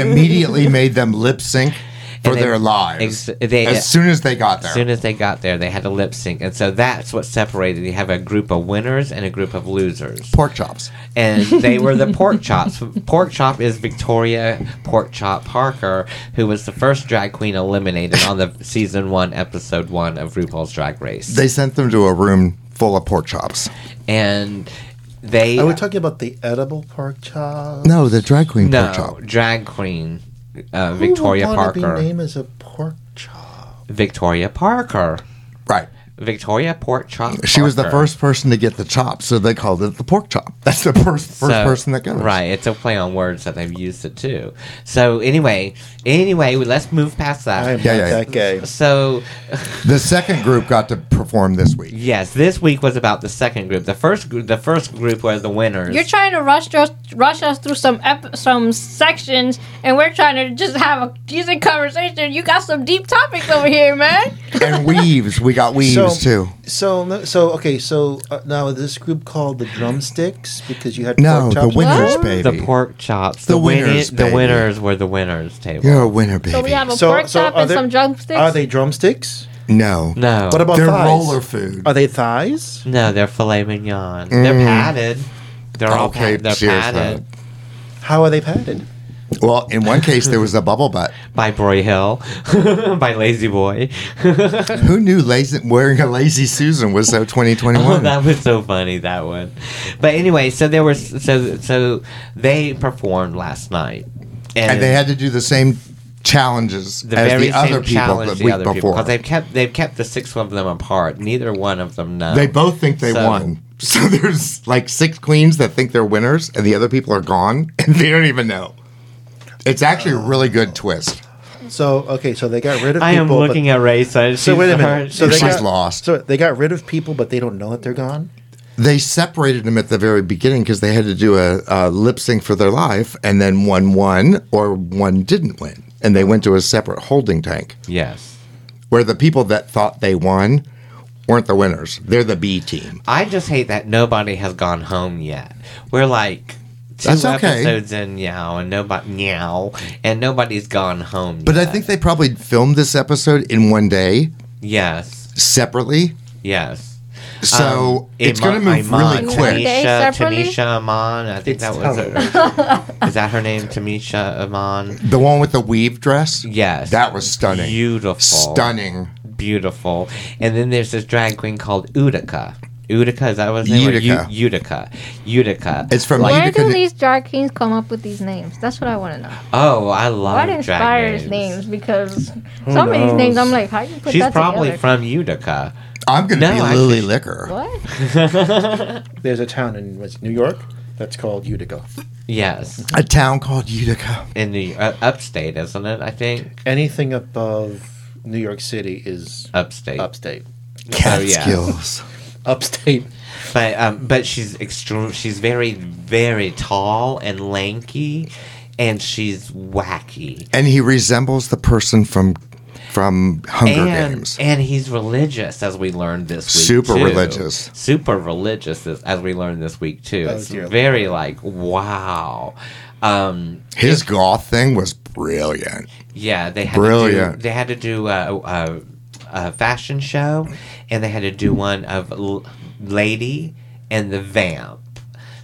Speaker 6: immediately made them lip sync for
Speaker 4: And they-
Speaker 6: their lives
Speaker 4: ex- they-
Speaker 6: as soon as they got there.
Speaker 4: As soon as they got there, they had a lip sync, and so that's what separated. You have a group of winners and a group of losers,
Speaker 6: pork chops.
Speaker 4: and they were the pork chops. Pork chop is Victoria Pork Chop Parker, who was the first drag queen eliminated on the season one, episode one of RuPaul's Drag Race,
Speaker 6: They sent them to a room full of pork chops.
Speaker 4: and they
Speaker 5: Are we talking about the edible pork chop?
Speaker 6: No, the drag queen pork
Speaker 4: no
Speaker 6: chop.
Speaker 4: drag queen uh, Victoria
Speaker 5: Be
Speaker 4: Parker,
Speaker 5: name as a pork chop.
Speaker 4: Victoria Parker,
Speaker 6: Right.
Speaker 4: Victoria Pork Chop.
Speaker 6: She was the
Speaker 4: Parker.
Speaker 6: first person to get the chop, so they called it the pork chop. That's the first first
Speaker 4: So-
Speaker 6: person that goes.
Speaker 4: Right, it's a play on words that they've used it too. So anyway, anyway, let's move past
Speaker 5: I am
Speaker 4: that.
Speaker 6: Yeah,
Speaker 5: not
Speaker 6: yeah, yeah.
Speaker 5: that gay.
Speaker 4: So
Speaker 6: The second group got to perform this week.
Speaker 4: yes, this week was about the second group. The first group, the first group were the winners.
Speaker 1: You're trying to rush us, rush us through some ep- some sections, and we're trying to just have a decent conversation. You got some deep topics over here, man.
Speaker 6: And Weaves, we got Weaves too.
Speaker 5: So, no- so okay, so uh, now is this group called the Drumsticks because you had
Speaker 6: No,
Speaker 5: pork
Speaker 6: the
Speaker 5: chops
Speaker 6: winners,
Speaker 5: before?
Speaker 6: baby.
Speaker 4: the pork chops.
Speaker 6: The
Speaker 4: The, winni-
Speaker 6: winners,
Speaker 4: The
Speaker 6: baby.
Speaker 4: winners were the winners table.
Speaker 6: You're a winner, baby.
Speaker 8: so we have a
Speaker 5: So-
Speaker 8: pork
Speaker 5: so
Speaker 8: chop
Speaker 5: are
Speaker 8: and
Speaker 5: there-
Speaker 8: some drumsticks.
Speaker 5: Are they drumsticks?
Speaker 6: no.
Speaker 4: No.
Speaker 5: What about
Speaker 6: They're
Speaker 5: thighs?
Speaker 6: roller food.
Speaker 5: Are they thighs?
Speaker 4: No, they're filet mignon. They're padded. They're all
Speaker 6: Mm. Okay,
Speaker 4: pa- they're
Speaker 6: cheers,
Speaker 4: padded
Speaker 5: How are they padded?
Speaker 6: Well, in one case, there was a bubble butt.
Speaker 4: by Broy Hill, by Lazy Boy.
Speaker 6: Who knew lazy, wearing a lazy Susan was so 2021?
Speaker 4: Oh, that was so funny that one. But anyway, so there were so so they performed last night,
Speaker 6: and they had to do the same challenges
Speaker 4: the
Speaker 6: as
Speaker 4: very
Speaker 6: the
Speaker 4: same
Speaker 6: other people
Speaker 4: challenge
Speaker 6: the
Speaker 4: the
Speaker 6: week
Speaker 4: other people
Speaker 6: before.
Speaker 4: because they've kept they've kept the six of them apart. Neither one of them know.
Speaker 6: They both think they
Speaker 4: So-
Speaker 6: won. So there's like six queens that think they're winners, and the other people are gone, and they don't even know. It's actually a really good twist.
Speaker 5: So okay, so they got rid of.
Speaker 4: I
Speaker 5: people,
Speaker 4: am
Speaker 5: but-
Speaker 4: looking at Raisa.
Speaker 5: So wait a minute. So they
Speaker 6: She's
Speaker 5: got,
Speaker 6: lost.
Speaker 5: So they got rid of people, but they don't know that they're gone.
Speaker 6: They separated them at the very beginning because they had to do a, a lip sync for their life, and then one won or one didn't win, and they went to a separate holding tank
Speaker 4: yes.
Speaker 6: where the people that thought they won weren't the winners. They're the B team.
Speaker 4: I just hate that nobody has gone home yet. We're like two
Speaker 6: That's okay.
Speaker 4: episodes in now, and nobody now, and nobody's gone home.
Speaker 6: But I
Speaker 4: yet.
Speaker 6: think they probably filmed this episode in one day
Speaker 4: yes.
Speaker 6: separately.
Speaker 4: Yes.
Speaker 6: So
Speaker 4: Um,
Speaker 6: it's
Speaker 4: Iman-
Speaker 6: going to move
Speaker 4: Iman,
Speaker 6: really quick.
Speaker 8: They
Speaker 4: Tanisha,
Speaker 8: separately?
Speaker 4: Tanisha Amon. I think
Speaker 5: It's
Speaker 4: that was her. Is that her name? Tamisha Amon.
Speaker 6: The one with the weave dress?
Speaker 4: Yes.
Speaker 6: That was stunning.
Speaker 4: Beautiful.
Speaker 6: Stunning.
Speaker 4: Beautiful. And then there's this drag queen called Utica. Utica, is that what his name? Or
Speaker 6: Utica.
Speaker 4: U- Utica. Utica.
Speaker 6: It's from
Speaker 8: Where
Speaker 6: Utica-
Speaker 8: do these drag kings come up with these names? That's what I want to know.
Speaker 4: oh, I love
Speaker 8: What
Speaker 4: drag
Speaker 8: inspires
Speaker 4: names.
Speaker 8: names? Because some of these names, I'm like, how you put
Speaker 4: She's
Speaker 8: that
Speaker 4: probably
Speaker 8: together?
Speaker 4: from Utica.
Speaker 6: I'm going to
Speaker 4: No,
Speaker 6: be
Speaker 4: I-
Speaker 6: Lily Liquor.
Speaker 8: what?
Speaker 5: There's a town in what's New York that's called Utica.
Speaker 4: Yes.
Speaker 6: A town called Utica.
Speaker 4: In the uh, upstate, isn't it? I think.
Speaker 5: Anything above New York City is
Speaker 4: Upstate.
Speaker 5: upstate.
Speaker 4: Oh, yeah.
Speaker 6: Catskills.
Speaker 5: Upstate.
Speaker 4: But um, but she's extreme. She's very very tall and lanky, and she's wacky.
Speaker 6: and he resembles the person from from Hunger
Speaker 4: And,
Speaker 6: Games.
Speaker 4: and he's religious, as we learned this week.
Speaker 6: Super
Speaker 4: too.
Speaker 6: religious.
Speaker 4: Super religious, as as we learned this week too.
Speaker 5: Oh,
Speaker 4: it's
Speaker 5: dear
Speaker 4: very like wow. Um,
Speaker 6: His goth thing was brilliant.
Speaker 4: Yeah, they had To
Speaker 6: Brilliant.
Speaker 4: do, they had to do a, a, a fashion show, and they had to do one of L- Lady and the Vamp.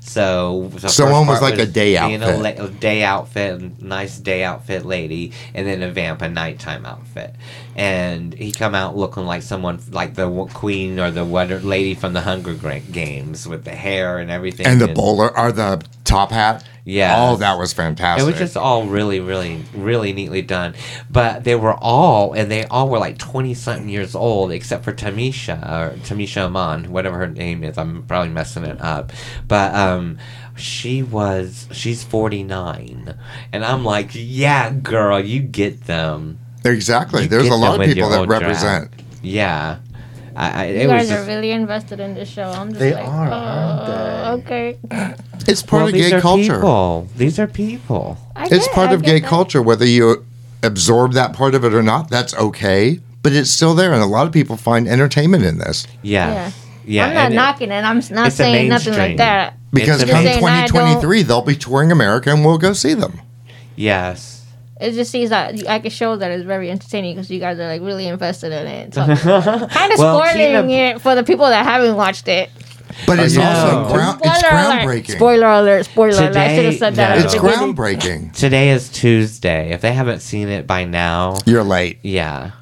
Speaker 4: So, the
Speaker 6: So
Speaker 4: first
Speaker 6: one was
Speaker 4: part
Speaker 6: like a day
Speaker 4: being A,
Speaker 6: outfit.
Speaker 4: la- a day outfit, nice day outfit lady, and then a vamp, a nighttime outfit. And he come out looking like someone like the w- queen or the weather lady from the Hunger Gra- Games with the hair and everything.
Speaker 6: And the bowler or the top hat.
Speaker 4: Yeah.
Speaker 6: Oh, that was
Speaker 4: It
Speaker 6: fantastic.
Speaker 4: was just all really, really, really neatly done. But they were all, and they all were like 20 something years old, except for Tamisha, or Tamisha Aman, whatever her name is. I'm probably messing it up. But um, she was, she's 49. And I'm like, yeah, girl, you get them.
Speaker 6: exactly.
Speaker 4: You
Speaker 6: There's
Speaker 4: get
Speaker 6: a lot
Speaker 4: them
Speaker 6: of
Speaker 4: with your
Speaker 6: people that
Speaker 4: old drag.
Speaker 6: represent.
Speaker 4: Yeah. I, I, it
Speaker 8: You
Speaker 4: was
Speaker 8: guys
Speaker 4: just,
Speaker 8: are really invested in this show. I'm just
Speaker 5: They
Speaker 8: like,
Speaker 5: are, aren't
Speaker 8: "Uh, okay.
Speaker 6: It's part
Speaker 4: well,
Speaker 6: of
Speaker 4: these
Speaker 6: gay
Speaker 4: are
Speaker 6: culture.
Speaker 4: people. These are people.
Speaker 8: I
Speaker 6: It's
Speaker 8: get-
Speaker 6: part
Speaker 8: I
Speaker 6: of
Speaker 8: get
Speaker 6: gay
Speaker 8: that.
Speaker 6: culture whether you absorb that part of it or not. That's okay, but it's still there and a lot of people find entertainment in this.
Speaker 4: Yes. Yeah.
Speaker 8: I'm not
Speaker 4: and it-
Speaker 8: knocking it. I'm s- not
Speaker 4: it's a
Speaker 8: saying nothing
Speaker 4: mainstream.
Speaker 8: like that.
Speaker 6: Because
Speaker 4: It's
Speaker 6: come
Speaker 8: amazing. Saying I don't-
Speaker 6: 2023, they'll be touring America and we'll go see them.
Speaker 4: Yes.
Speaker 8: It just seems that I can show that it's very entertaining because you guys are like really invested in it. So kind of
Speaker 4: Well,
Speaker 8: spoiling
Speaker 4: Tina-
Speaker 8: it for the people that haven't watched it.
Speaker 6: But it's
Speaker 4: no.
Speaker 6: also
Speaker 5: Uh,
Speaker 6: ground, it's groundbreaking.
Speaker 8: alert! Spoiler alert! Spoiler alert! I
Speaker 4: Today-
Speaker 8: should have said that.
Speaker 4: no.
Speaker 8: at
Speaker 6: It's
Speaker 8: the beginning.
Speaker 6: groundbreaking.
Speaker 4: Today is Tuesday. If they haven't seen it by now,
Speaker 6: You're late,
Speaker 4: yeah.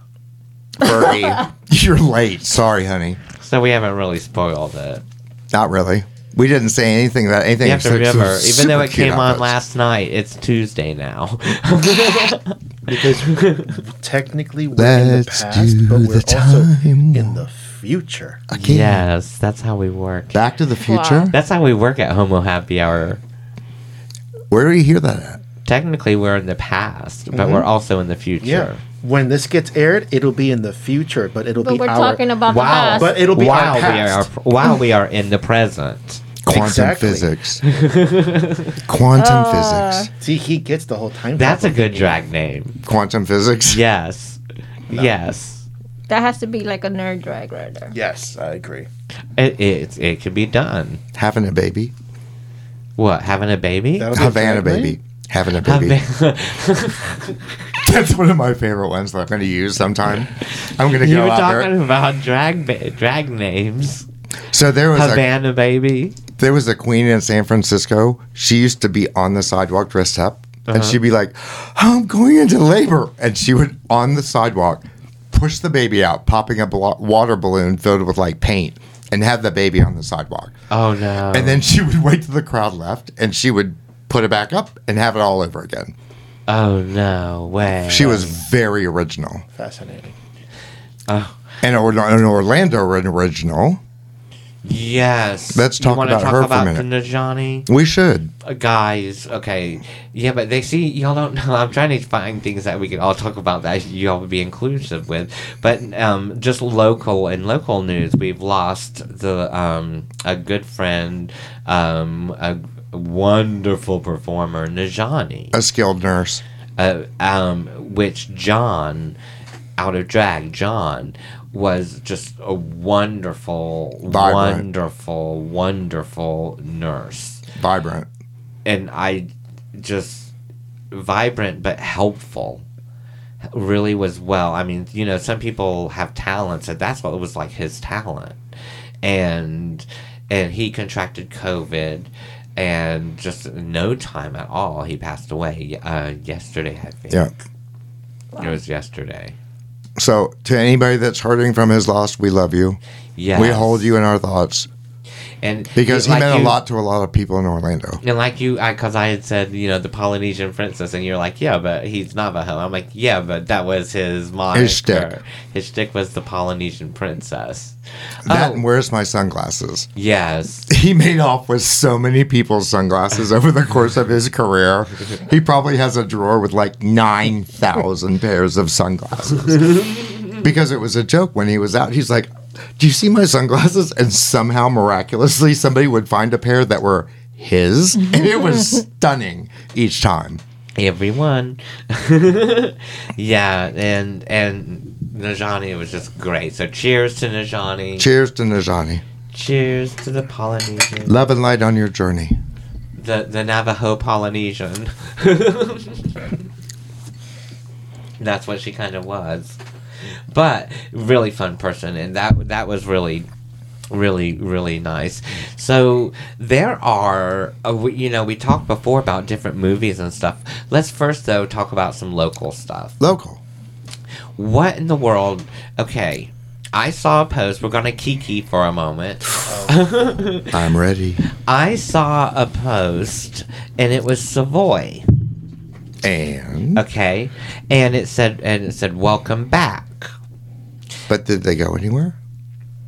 Speaker 6: Bertie. You're late. Sorry, honey.
Speaker 4: So we haven't really spoiled it.
Speaker 6: Not really. We didn't say anything about anything.
Speaker 4: You have to
Speaker 6: except some
Speaker 4: remember, even though
Speaker 6: super
Speaker 4: it
Speaker 6: cute
Speaker 4: came on
Speaker 6: outfits.
Speaker 4: last night, it's Tuesday now.
Speaker 5: Because technically we're in the
Speaker 6: Let's
Speaker 5: past,
Speaker 6: do
Speaker 5: but we're
Speaker 6: the
Speaker 5: also
Speaker 6: time
Speaker 5: in the future.
Speaker 6: again.
Speaker 4: yes, that's how we work.
Speaker 6: Back to the Future.
Speaker 4: That's how we work at Homo Happy Hour.
Speaker 6: Where do you hear that at?
Speaker 4: Technically, we're in the past, but we're also in the future.
Speaker 5: Mm-hmm. Yeah. When this gets aired, it'll be in the future, but it'll
Speaker 8: But
Speaker 5: be
Speaker 8: we're
Speaker 5: our
Speaker 8: talking about
Speaker 4: Wow.
Speaker 8: the past.
Speaker 5: but it'll be
Speaker 4: While
Speaker 5: our
Speaker 4: we are
Speaker 5: past.
Speaker 4: while we are in the present.
Speaker 6: Quantum
Speaker 5: Exactly.
Speaker 6: physics. Quantum
Speaker 8: Oh,
Speaker 6: physics.
Speaker 5: See, he gets the whole time.
Speaker 4: That's a
Speaker 5: travel.
Speaker 4: good drag name.
Speaker 6: Quantum physics.
Speaker 4: Yes. Yes.
Speaker 8: that has to be like a nerd drag right there.
Speaker 5: Yes, I agree.
Speaker 4: It, it it can be done.
Speaker 6: Having a baby.
Speaker 4: What, having a baby?
Speaker 5: That'll be a
Speaker 6: Havana
Speaker 5: drag name?
Speaker 6: baby. Having a baby. That's one of my favorite ones that I'm going to use sometime. I'm going to
Speaker 4: you
Speaker 6: go
Speaker 4: were
Speaker 6: out there.
Speaker 4: talking about drag ba- drag names.
Speaker 6: So there was a
Speaker 4: Havana baby.
Speaker 6: there was a queen in San Francisco. She used to be on the sidewalk dressed up,
Speaker 4: Uh-huh.
Speaker 6: and she'd be like, "I'm going into labor," and she would on the sidewalk push the baby out, popping a blo- water balloon filled with like paint, and have the baby on the sidewalk.
Speaker 4: Oh no.
Speaker 6: And then she would wait till the crowd left, and she would put it back up and have it all over again.
Speaker 4: oh no way.
Speaker 6: She was very original,
Speaker 5: Fascinating.
Speaker 6: and or- an Orlando original.
Speaker 4: Yes.
Speaker 6: Let's
Speaker 4: You
Speaker 6: talk
Speaker 4: wanna
Speaker 6: about her for a
Speaker 4: about
Speaker 6: minute.
Speaker 4: the Najani?
Speaker 6: We should.
Speaker 4: Uh, guys, okay. Yeah, but they see y'all don't know. I'm trying to find things that we can all talk about that y'all would be inclusive with. But um, just local and local news, we've lost the um, a good friend, um, a wonderful performer, Najani.
Speaker 6: A skilled nurse.
Speaker 4: uh, um, which John, out of drag, John was just a wonderful,
Speaker 6: Vibrant.
Speaker 4: wonderful, wonderful nurse,
Speaker 6: Vibrant.
Speaker 4: and I just vibrant but helpful, really was well. I mean, you know, some people have talents, and that's what was like his talent, and and he contracted COVID, and just in no time at all, he passed away uh, yesterday. I think.
Speaker 6: Yeah.
Speaker 4: It was yesterday.
Speaker 6: So to anybody that's hurting from his loss, we love you.
Speaker 4: Yeah.
Speaker 6: We hold you in our thoughts
Speaker 4: and
Speaker 6: because he
Speaker 4: like
Speaker 6: meant a
Speaker 4: you-
Speaker 6: lot to a lot of people in Orlando.
Speaker 4: And like you, because I, had said, you know, the Polynesian princess, and you're like, yeah, but he's Navajo. I'm like, yeah, but that was his moniker.
Speaker 6: shtick.
Speaker 4: His shtick was the Polynesian princess.
Speaker 6: That
Speaker 4: oh,
Speaker 6: and where's my sunglasses?
Speaker 4: yes.
Speaker 6: He made off with so many people's sunglasses over the course of his career. He probably has a drawer with like 9,000 pairs of sunglasses. Because it was a joke when he was out. He's like, Do you see my sunglasses? And somehow miraculously, somebody would find a pair that were his. And it was stunning each time.
Speaker 4: everyone. yeah, and and Najani was just great. So cheers to Najani.
Speaker 6: Cheers to Najani.
Speaker 4: cheers to the Polynesian,
Speaker 6: Love and light on your journey.
Speaker 4: the the Navajo Polynesian. That's what she kind of was, but really fun person, and that that was really really really nice so there are uh, we, you know we talked before about different movies and stuff let's first though talk about some local stuff
Speaker 6: Local.
Speaker 4: What in the world? Okay, I saw a post. We're gonna kiki for a moment.
Speaker 6: I'm ready.
Speaker 4: I saw a post, and it was Savoy.
Speaker 6: And.
Speaker 4: Okay, and it said, and it said, "Welcome back."
Speaker 6: But did they go anywhere?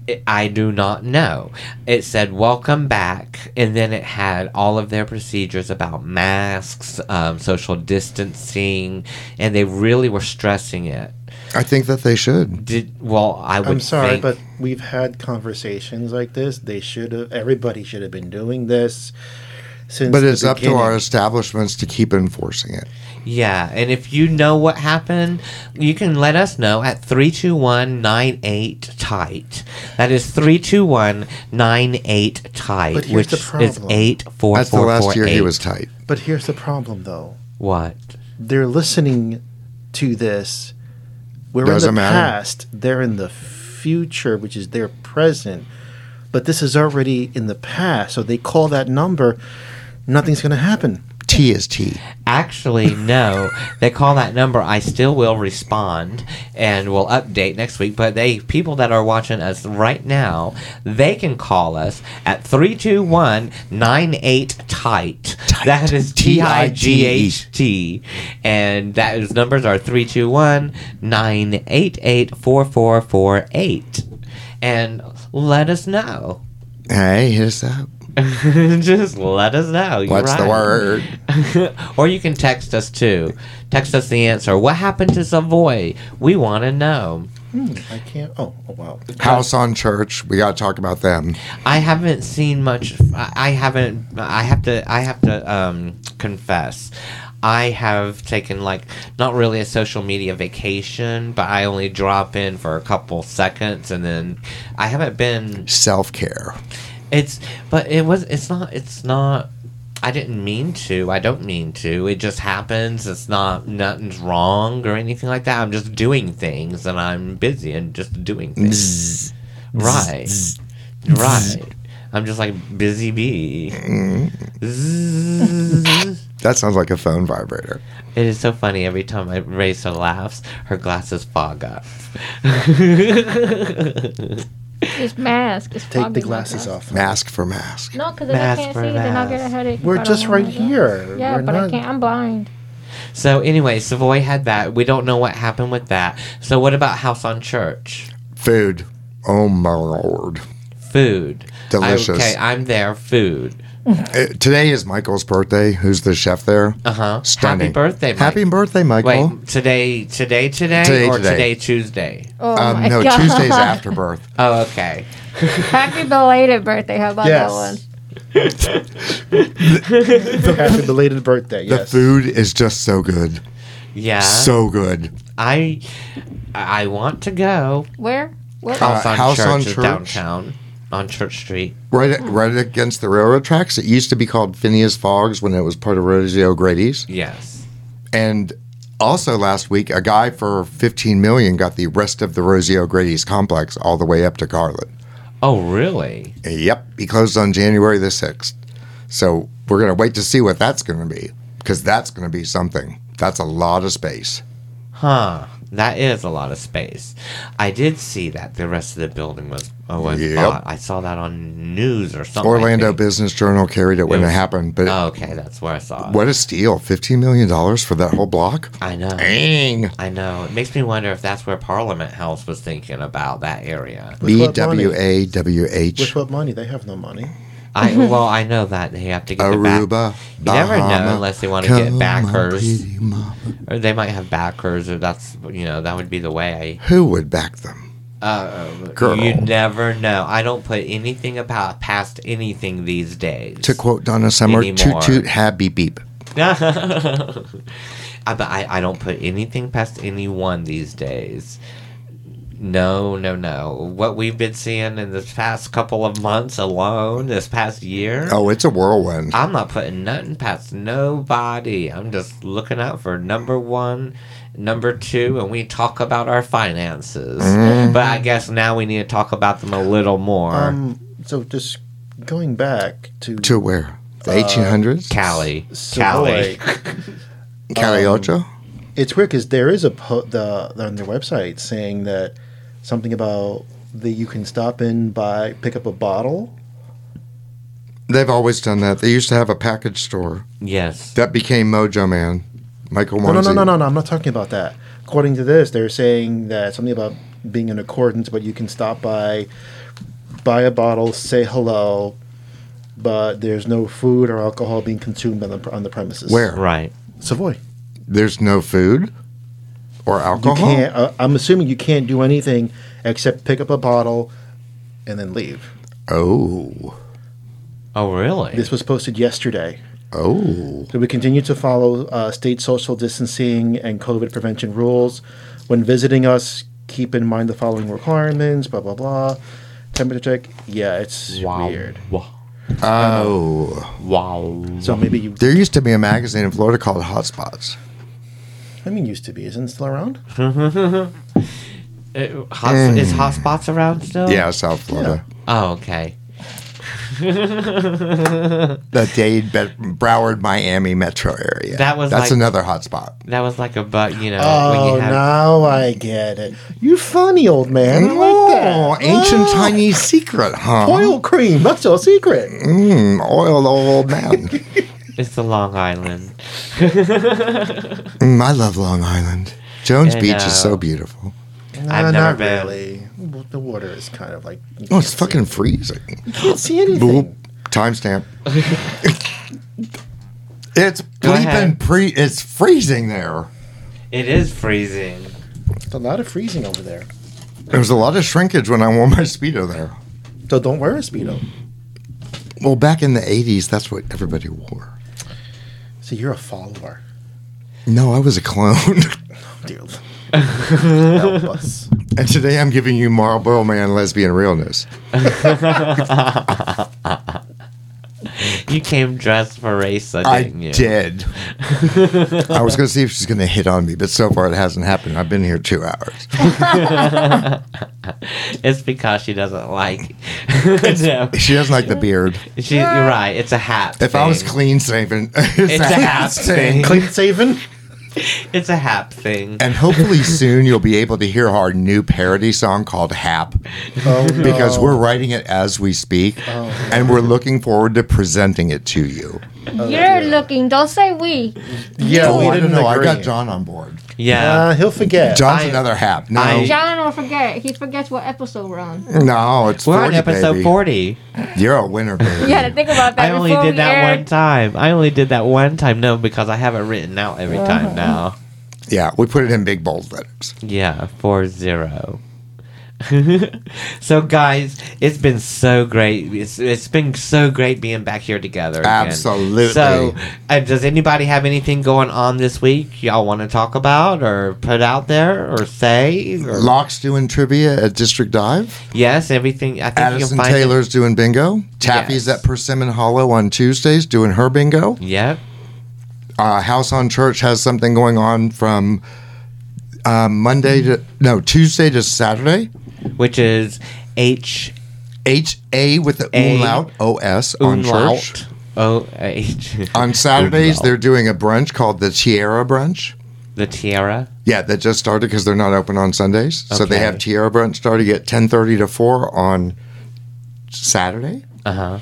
Speaker 4: It- I do not know. It said, "Welcome back," and then it had all of their procedures about masks, um, social distancing, and they really were stressing it.
Speaker 6: I think that they should.
Speaker 4: Did well? I would.
Speaker 5: I'm sorry,
Speaker 4: think-
Speaker 5: but we've had conversations like this. They should have. Everybody should have been doing this since.
Speaker 6: But
Speaker 5: the
Speaker 6: it's up to
Speaker 5: beginning.
Speaker 6: our establishments to keep enforcing it.
Speaker 4: Yeah, and if you know what happened, you can let us know at 32198 tight. That is 32198
Speaker 5: But
Speaker 4: tight,
Speaker 5: here's
Speaker 4: which
Speaker 5: the
Speaker 4: is
Speaker 5: problem.
Speaker 4: 84448.
Speaker 6: That's the last year he was tight.
Speaker 5: But here's the problem, though.
Speaker 4: What?
Speaker 5: They're listening to this. We're
Speaker 6: Doesn't
Speaker 5: in the
Speaker 6: matter.
Speaker 5: past. They're in the future, which is their present. But this is already in the past. So they call that number. Nothing's going to happen.
Speaker 6: T is T.
Speaker 4: Actually, no. they call that number. I still will respond and we'll update next week. But they people that are watching us right now, they can call us at 32198 tight. That is T I G H T. And that is numbers are 321 988 4448. And let us know.
Speaker 6: Hey, hit us up.
Speaker 4: Just let us know. You're
Speaker 6: What's the
Speaker 4: right.
Speaker 6: word?
Speaker 4: or you can text us too. Text us the answer. What happened to Savoy? We want to know.
Speaker 5: I can't. Oh, oh wow.
Speaker 6: House on church. We got to talk about them.
Speaker 4: I haven't seen much. I I haven't. I have to. I have to um, confess. I have taken like not really a social media vacation, but I only drop in for a couple seconds, and then I haven't been
Speaker 6: Self care.
Speaker 4: It's but it was it's not it's not I didn't mean to. I don't mean to. It just happens. It's not nothing's wrong or anything like that. I'm just doing things and I'm busy and just doing things. right. right. I'm just like busy bee. Zzz.
Speaker 6: That sounds like a phone vibrator.
Speaker 4: It is so funny every time I raise her laughs, her glasses fog up.
Speaker 8: This mask is
Speaker 5: Take the
Speaker 8: fogging my
Speaker 5: glasses
Speaker 8: glasses.
Speaker 5: off.
Speaker 6: Mask for mask.
Speaker 8: No, because then
Speaker 4: Mask
Speaker 8: I can't
Speaker 4: for
Speaker 8: see. Then I'll get a
Speaker 4: mask.
Speaker 8: headache. if I
Speaker 5: We're
Speaker 8: don't
Speaker 5: just
Speaker 8: wear
Speaker 5: right
Speaker 8: my glasses.
Speaker 5: here.
Speaker 8: Yeah,
Speaker 5: We're
Speaker 8: but I
Speaker 5: not-
Speaker 8: can't. I'm blind.
Speaker 4: So anyway, Savoy had that. We don't know what happened with that. So what about House on Church?
Speaker 6: Food. Oh my lord.
Speaker 4: Food.
Speaker 6: Delicious.
Speaker 4: okay, I'm there. Food.
Speaker 6: Uh, today is Michael's birthday. Who's the chef there?
Speaker 4: Uh huh.
Speaker 6: Stunning.
Speaker 4: Happy birthday, Mike.
Speaker 6: Happy birthday,
Speaker 4: Wait,
Speaker 6: Michael. Um,
Speaker 4: today, today, today,
Speaker 6: Today,
Speaker 4: or
Speaker 6: today.
Speaker 4: today, Tuesday?
Speaker 8: Oh
Speaker 6: um,
Speaker 8: my
Speaker 6: no,
Speaker 8: god!
Speaker 6: Tuesday's after birth.
Speaker 4: Oh, okay.
Speaker 8: Happy belated birthday. How about
Speaker 5: Yes.
Speaker 8: that one?
Speaker 5: Happy belated birthday.
Speaker 6: The
Speaker 5: Yes.
Speaker 6: food is just so good.
Speaker 4: Yeah.
Speaker 6: so good.
Speaker 4: I, I want to go.
Speaker 8: Where? What?
Speaker 6: Uh, House on
Speaker 4: is
Speaker 6: Church?
Speaker 4: downtown on Church Street.
Speaker 6: Right, right against the railroad tracks. It used to be called Phineas Fogg's when it was part of Rosie O'Grady's.
Speaker 4: Yes.
Speaker 6: And Also, last week, a guy for 15 million got the rest of the Rosie O'Grady's complex all the way up to Garland.
Speaker 4: Oh, really?
Speaker 6: Yep, he closed on January the 6th. So we're going to wait to see what that's going to be because that's going to be something. That's a lot of space.
Speaker 4: Huh. That is a lot of space. I did see that the rest of the building was oh, was
Speaker 6: Yep.
Speaker 4: bought. I saw that on news or something. I
Speaker 6: Orlando
Speaker 4: think.
Speaker 6: Business Journal carried it when it
Speaker 4: Yes.
Speaker 6: happened, but
Speaker 4: Oh, okay, that's where I saw it.
Speaker 6: what a steal. $15 million for that whole block?
Speaker 4: I know.
Speaker 6: Dang.
Speaker 4: I know. It makes me wonder if that's where Parliament House was thinking about that area.
Speaker 5: With what money?
Speaker 6: BWAWH.
Speaker 5: With what money? They have no money.
Speaker 4: I well, I know that they have to get the back,
Speaker 6: Aruba.
Speaker 4: You never know
Speaker 6: Bahama,
Speaker 4: unless they wanna get
Speaker 6: come on,
Speaker 4: backers.
Speaker 6: pretty mama.
Speaker 4: or they might have backers, or that's you know that would be the way.
Speaker 6: Who would back them?
Speaker 4: I uh,
Speaker 6: Girl.
Speaker 4: You never know. I don't put anything about past anything these days.
Speaker 6: To quote Donna Summer,
Speaker 4: Anymore.
Speaker 6: toot toot, hab beep beep.
Speaker 4: I, but I, I don't put anything past anyone these days. No, no, no. What we've been seeing in this past couple of months alone, this past year,
Speaker 6: Oh, it's a whirlwind.
Speaker 4: I'm not putting nothing past nobody. I'm just looking out for number one, number two, and we talk about our finances. But I guess now we need to talk about them a little more.
Speaker 5: Mm-hmm. Um, so just going back to
Speaker 6: to where?
Speaker 4: uh,
Speaker 6: The 1800s?
Speaker 4: Callie.
Speaker 5: so,
Speaker 4: Callie.
Speaker 5: like,
Speaker 6: Cali Ocho?
Speaker 4: um,
Speaker 5: it's weird because there is a po- the on their website saying that something about that you can stop in by pick up a bottle.
Speaker 6: They've always done that. They used to have a package store
Speaker 4: Yes.
Speaker 6: that became Mojo Man. Michael
Speaker 5: No, no, no,
Speaker 6: Wanzi.
Speaker 5: no, no, no. I'm not talking about that. According to this, they're saying that something about being in accordance, but you can stop by, buy a bottle, say hello, but there's no food or alcohol being consumed on the on the premises.
Speaker 6: Where?
Speaker 4: Right.
Speaker 5: Savoy.
Speaker 6: There's no food or
Speaker 5: You
Speaker 6: alcohol.
Speaker 5: can't. Uh, I'm assuming you can't do anything except pick up a bottle and then leave.
Speaker 6: Oh.
Speaker 4: Oh, really?
Speaker 5: This was posted yesterday.
Speaker 6: Oh.
Speaker 5: So we continue to follow uh, state social distancing and COVID prevention rules. When visiting us, keep in mind the following requirements. Blah blah blah. Temperature check. Yeah, it's
Speaker 4: wow.
Speaker 5: weird.
Speaker 4: Wow. Uh,
Speaker 6: Oh.
Speaker 4: Wow.
Speaker 5: So maybe you.
Speaker 6: There used to be a magazine in Florida called Hotspots.
Speaker 5: I mean, used to be. Isn't it still around?
Speaker 4: Uh, hot, Is hotspots around still?
Speaker 6: Mm. Yeah, South Florida.
Speaker 4: Oh, okay.
Speaker 6: The Dade, Bet- Broward, Miami metro area.
Speaker 4: That was
Speaker 6: That's
Speaker 4: like-
Speaker 6: another hotspot.
Speaker 4: That was like a but, you know, when
Speaker 5: Oh,
Speaker 4: you had.
Speaker 5: now I get it. You funny old man. I like
Speaker 6: Oh,
Speaker 5: that.
Speaker 6: ancient
Speaker 5: Ah,
Speaker 6: Chinese secret, huh?
Speaker 5: Oil cream. That's your secret.
Speaker 6: Mm, oil old man.
Speaker 4: It's the Long Island.
Speaker 6: Mm, I love Long Island. Jones
Speaker 4: And,
Speaker 6: Beach
Speaker 4: uh,
Speaker 6: is so beautiful.
Speaker 4: I've
Speaker 5: Nah,
Speaker 4: never
Speaker 5: not
Speaker 4: been.
Speaker 5: really. W- The water is kind of like. you
Speaker 6: Oh,
Speaker 5: can't
Speaker 6: it's
Speaker 5: see-
Speaker 6: fucking freezing.
Speaker 5: You can't see anything.
Speaker 6: Boop. Timestamp. it's
Speaker 4: Go ahead.
Speaker 6: bleeping pre. It's freezing there.
Speaker 4: It is freezing.
Speaker 5: It's a lot of freezing over there.
Speaker 6: There was a lot of shrinkage when I wore my speedo there.
Speaker 5: So don't wear a speedo.
Speaker 6: Well, back in the '80s, that's what everybody wore.
Speaker 5: So you're a follower.
Speaker 6: No, I was a clone.
Speaker 5: Dude. Help us.
Speaker 6: and today I'm giving you Marlboro Man lesbian realness.
Speaker 4: You came dressed for race,
Speaker 6: I
Speaker 4: didn't you?
Speaker 6: did. I was going to see if she's going to hit on me, but so far it hasn't happened. I've been here two hours.
Speaker 4: It's because she doesn't like. no.
Speaker 6: She doesn't like the beard.
Speaker 4: She, you're right. It's a hat.
Speaker 6: If I was
Speaker 4: thing.
Speaker 6: clean saving, it's,
Speaker 4: It's a half thing.
Speaker 5: Clean saving?
Speaker 4: It's a hap thing.
Speaker 6: And hopefully soon you'll be able to hear our new parody song called Hap
Speaker 5: Oh, no. Oh,
Speaker 6: because we're writing it as we speak and we're looking forward to presenting it to you.
Speaker 8: You're looking. Don't say we.
Speaker 5: Yeah,
Speaker 6: oh,
Speaker 5: we
Speaker 6: I
Speaker 5: didn't
Speaker 6: don't know. I
Speaker 5: agree.
Speaker 6: got John on board.
Speaker 4: Yeah.
Speaker 5: Uh, he'll forget.
Speaker 6: John's
Speaker 4: I-
Speaker 6: another Hap. No,
Speaker 4: I-
Speaker 8: John will forget. He forgets what episode we're on.
Speaker 6: no, it's
Speaker 4: We're
Speaker 6: 40,
Speaker 4: on episode
Speaker 6: baby.
Speaker 4: 40.
Speaker 6: You're a winner, baby.
Speaker 8: You had to think about that
Speaker 4: I only
Speaker 8: before
Speaker 4: did
Speaker 8: we
Speaker 4: that
Speaker 8: aired.
Speaker 4: one time. I only did that one time. No, because I have it written out every time now.
Speaker 6: Yeah, we put it in big bold letters.
Speaker 4: Yeah, four zero. so guys, it's been so great. It's it's been so great being back here together. Again.
Speaker 6: Absolutely.
Speaker 4: So, uh, does anybody have anything going on this week y'all want to talk about or put out there or say? Or,
Speaker 6: Locke's doing trivia at District Dive.
Speaker 4: yes, everything. I think you can
Speaker 6: Addison
Speaker 4: find it-
Speaker 6: Taylor's doing bingo. Taffy's
Speaker 4: Yes.
Speaker 6: at Persimmon Hollow on Tuesdays doing her bingo.
Speaker 4: Yep.
Speaker 6: uh, House on Church has something going on from uh, Monday to no Tuesday to Saturday.
Speaker 4: which is H
Speaker 6: H A with the
Speaker 4: A.
Speaker 6: umlaut O S on Church.
Speaker 4: umlaut O Oh, H
Speaker 6: On Saturdays,
Speaker 4: Umlaut.
Speaker 6: they're doing a brunch called the Tiara Brunch.
Speaker 4: the tiara.
Speaker 6: Yeah, that just started because they're not open on Sundays. So they
Speaker 4: Okay.
Speaker 6: have Tiara Brunch starting at ten thirty to four on Saturday.
Speaker 4: Uh huh.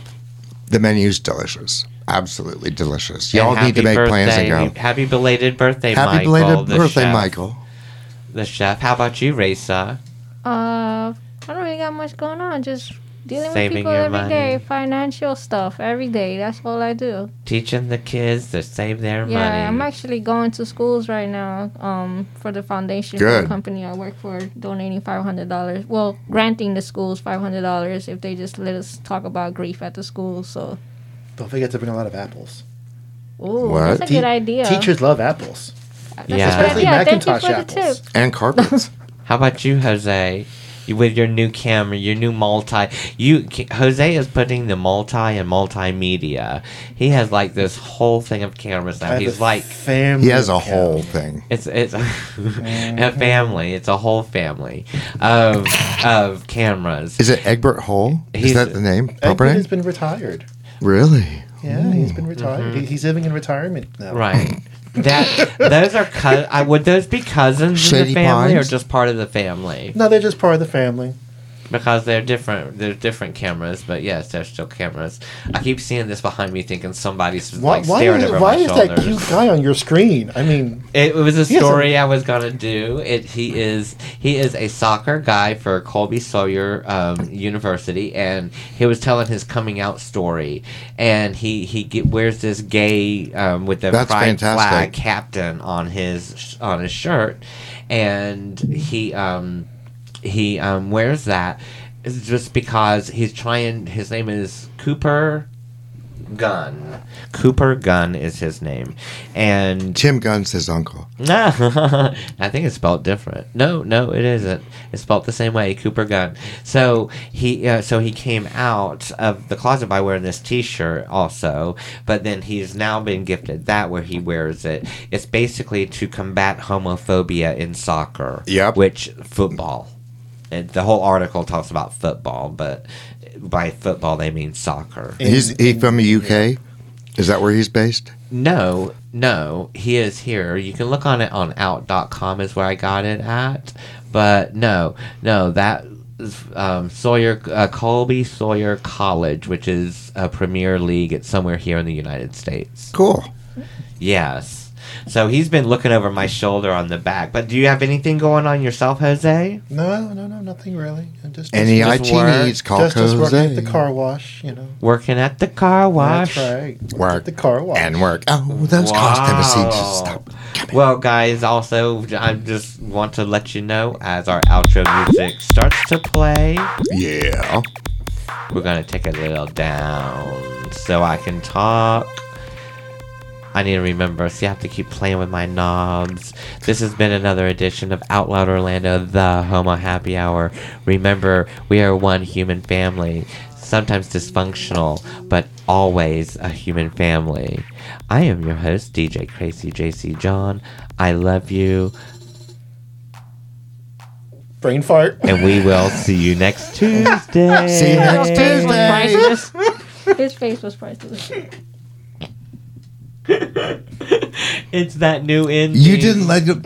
Speaker 6: The menu's delicious, absolutely delicious. Y'all need to make plans and go.
Speaker 4: Happy belated birthday,
Speaker 6: Happy
Speaker 4: Michael.
Speaker 6: belated
Speaker 4: the
Speaker 6: birthday,
Speaker 4: chef,
Speaker 6: Michael.
Speaker 4: The chef. How about you, Raisa?
Speaker 8: Uh, I don't really got much going on. Just dealing with
Speaker 4: Saving
Speaker 8: people
Speaker 4: your
Speaker 8: every day.
Speaker 4: money.
Speaker 8: Financial stuff every day. That's all I do.
Speaker 4: Teaching the kids to save their
Speaker 8: Yeah,
Speaker 4: money.
Speaker 8: I'm actually going to schools right now. Um, for the foundation for
Speaker 6: Good.
Speaker 8: the company I work for, donating five hundred dollars. Well, granting the schools five hundred dollars if they just let us talk about grief at the schools. So,
Speaker 5: Don't forget to bring a lot of apples.
Speaker 8: ooh,
Speaker 6: What?
Speaker 8: that's a
Speaker 5: Te-
Speaker 8: good idea.
Speaker 5: Teachers love apples.
Speaker 8: that's a
Speaker 4: Yeah.
Speaker 8: good
Speaker 4: Especially
Speaker 8: idea. Thank you
Speaker 5: Macintosh
Speaker 8: for
Speaker 5: apples.
Speaker 8: the tip.
Speaker 6: and carpets.
Speaker 4: How about you, Jose? You- With your new camera, your new multi, you K- Jose is putting the multi and multimedia. He has like this whole thing of cameras now.
Speaker 5: I have
Speaker 4: He's
Speaker 5: a
Speaker 4: like
Speaker 5: family.
Speaker 6: he has a
Speaker 5: account.
Speaker 6: whole thing.
Speaker 4: It's it's a family. It's a whole family of of cameras.
Speaker 6: Is it Egbert Hall? Is
Speaker 4: He's-
Speaker 6: that the name? Proper
Speaker 5: Egbert
Speaker 6: name?
Speaker 5: has been retired.
Speaker 6: Really?
Speaker 5: Yeah, he's been retired. He- he's living in retirement now.
Speaker 4: Right. That those are cou- I, would those be cousins in
Speaker 6: Shady
Speaker 4: the family
Speaker 6: Pines?
Speaker 4: or just part of the family?
Speaker 5: No, they're just part of the family.
Speaker 4: Because they're different. They're different cameras, but yes, they're still cameras. I keep seeing this behind me, thinking somebody's
Speaker 5: Why,
Speaker 4: like
Speaker 5: why
Speaker 4: staring
Speaker 5: is,
Speaker 4: over
Speaker 5: why
Speaker 4: my
Speaker 5: is
Speaker 4: shoulder.
Speaker 5: that cute guy on your screen? I mean,
Speaker 4: It was a
Speaker 5: He has a-
Speaker 4: story I was gonna do. It he is he is a soccer guy for Colby Sawyer um, University, and he was telling his coming out story, and he he get, wears this gay um, with the
Speaker 6: That's
Speaker 4: pride
Speaker 6: fantastic.
Speaker 4: flag captain on his sh- on his shirt, and he um, he um, wears that just because he's trying. His name is Cooper. Gunn. Cooper Gunn is his name. And
Speaker 6: Tim Gunn's his uncle.
Speaker 4: Ah, I think it's spelled different. No, no, it isn't. It's spelled the same way, Cooper Gunn. So he, uh, so he came out of the closet by wearing this T-shirt, also. But then he's now been gifted that, where he wears it. It's basically to combat homophobia in soccer.
Speaker 6: Yep.
Speaker 4: Which football? It, the whole article talks about football, but by football they mean soccer.
Speaker 6: He's he from the UK. Is that where he's based?
Speaker 4: No, no, he is here. You can look on it on out.com is where I got it at. But no, no, that is, um, Sawyer uh, Colby Sawyer College, which is a Premier League, it's somewhere here in the United States.
Speaker 6: Cool.
Speaker 4: Yes. So he's been looking over my shoulder on the back. But do you have anything going on yourself, Jose?
Speaker 5: no, no, no, nothing really. I'm Just, just,
Speaker 6: Any
Speaker 4: Just
Speaker 6: IT
Speaker 4: work.
Speaker 6: needs, call
Speaker 5: just, just working at
Speaker 6: Jose.
Speaker 5: the car wash, you know.
Speaker 4: Working at the car wash.
Speaker 5: That's right.
Speaker 6: Work.
Speaker 5: At the car wash.
Speaker 6: And work. Oh, those cost embassies. Stop.
Speaker 4: Well, guys, also, I just want to let you know as our outro music starts to play,
Speaker 6: Yeah.
Speaker 4: we're going to take a little down so I can talk. I need to remember, so you have to keep playing with my knobs. This has been another edition of Out Loud Orlando, the Homo Happy Hour. Remember, we are one human family, sometimes dysfunctional, but always a human family. I am your host, DJ Crazy JC John. I love you,
Speaker 5: Brain fart.
Speaker 4: and we will see you next Tuesday.
Speaker 6: See you next Tuesday.
Speaker 8: Priceless. His face was priceless.
Speaker 4: It's that new indie.
Speaker 6: You didn't let it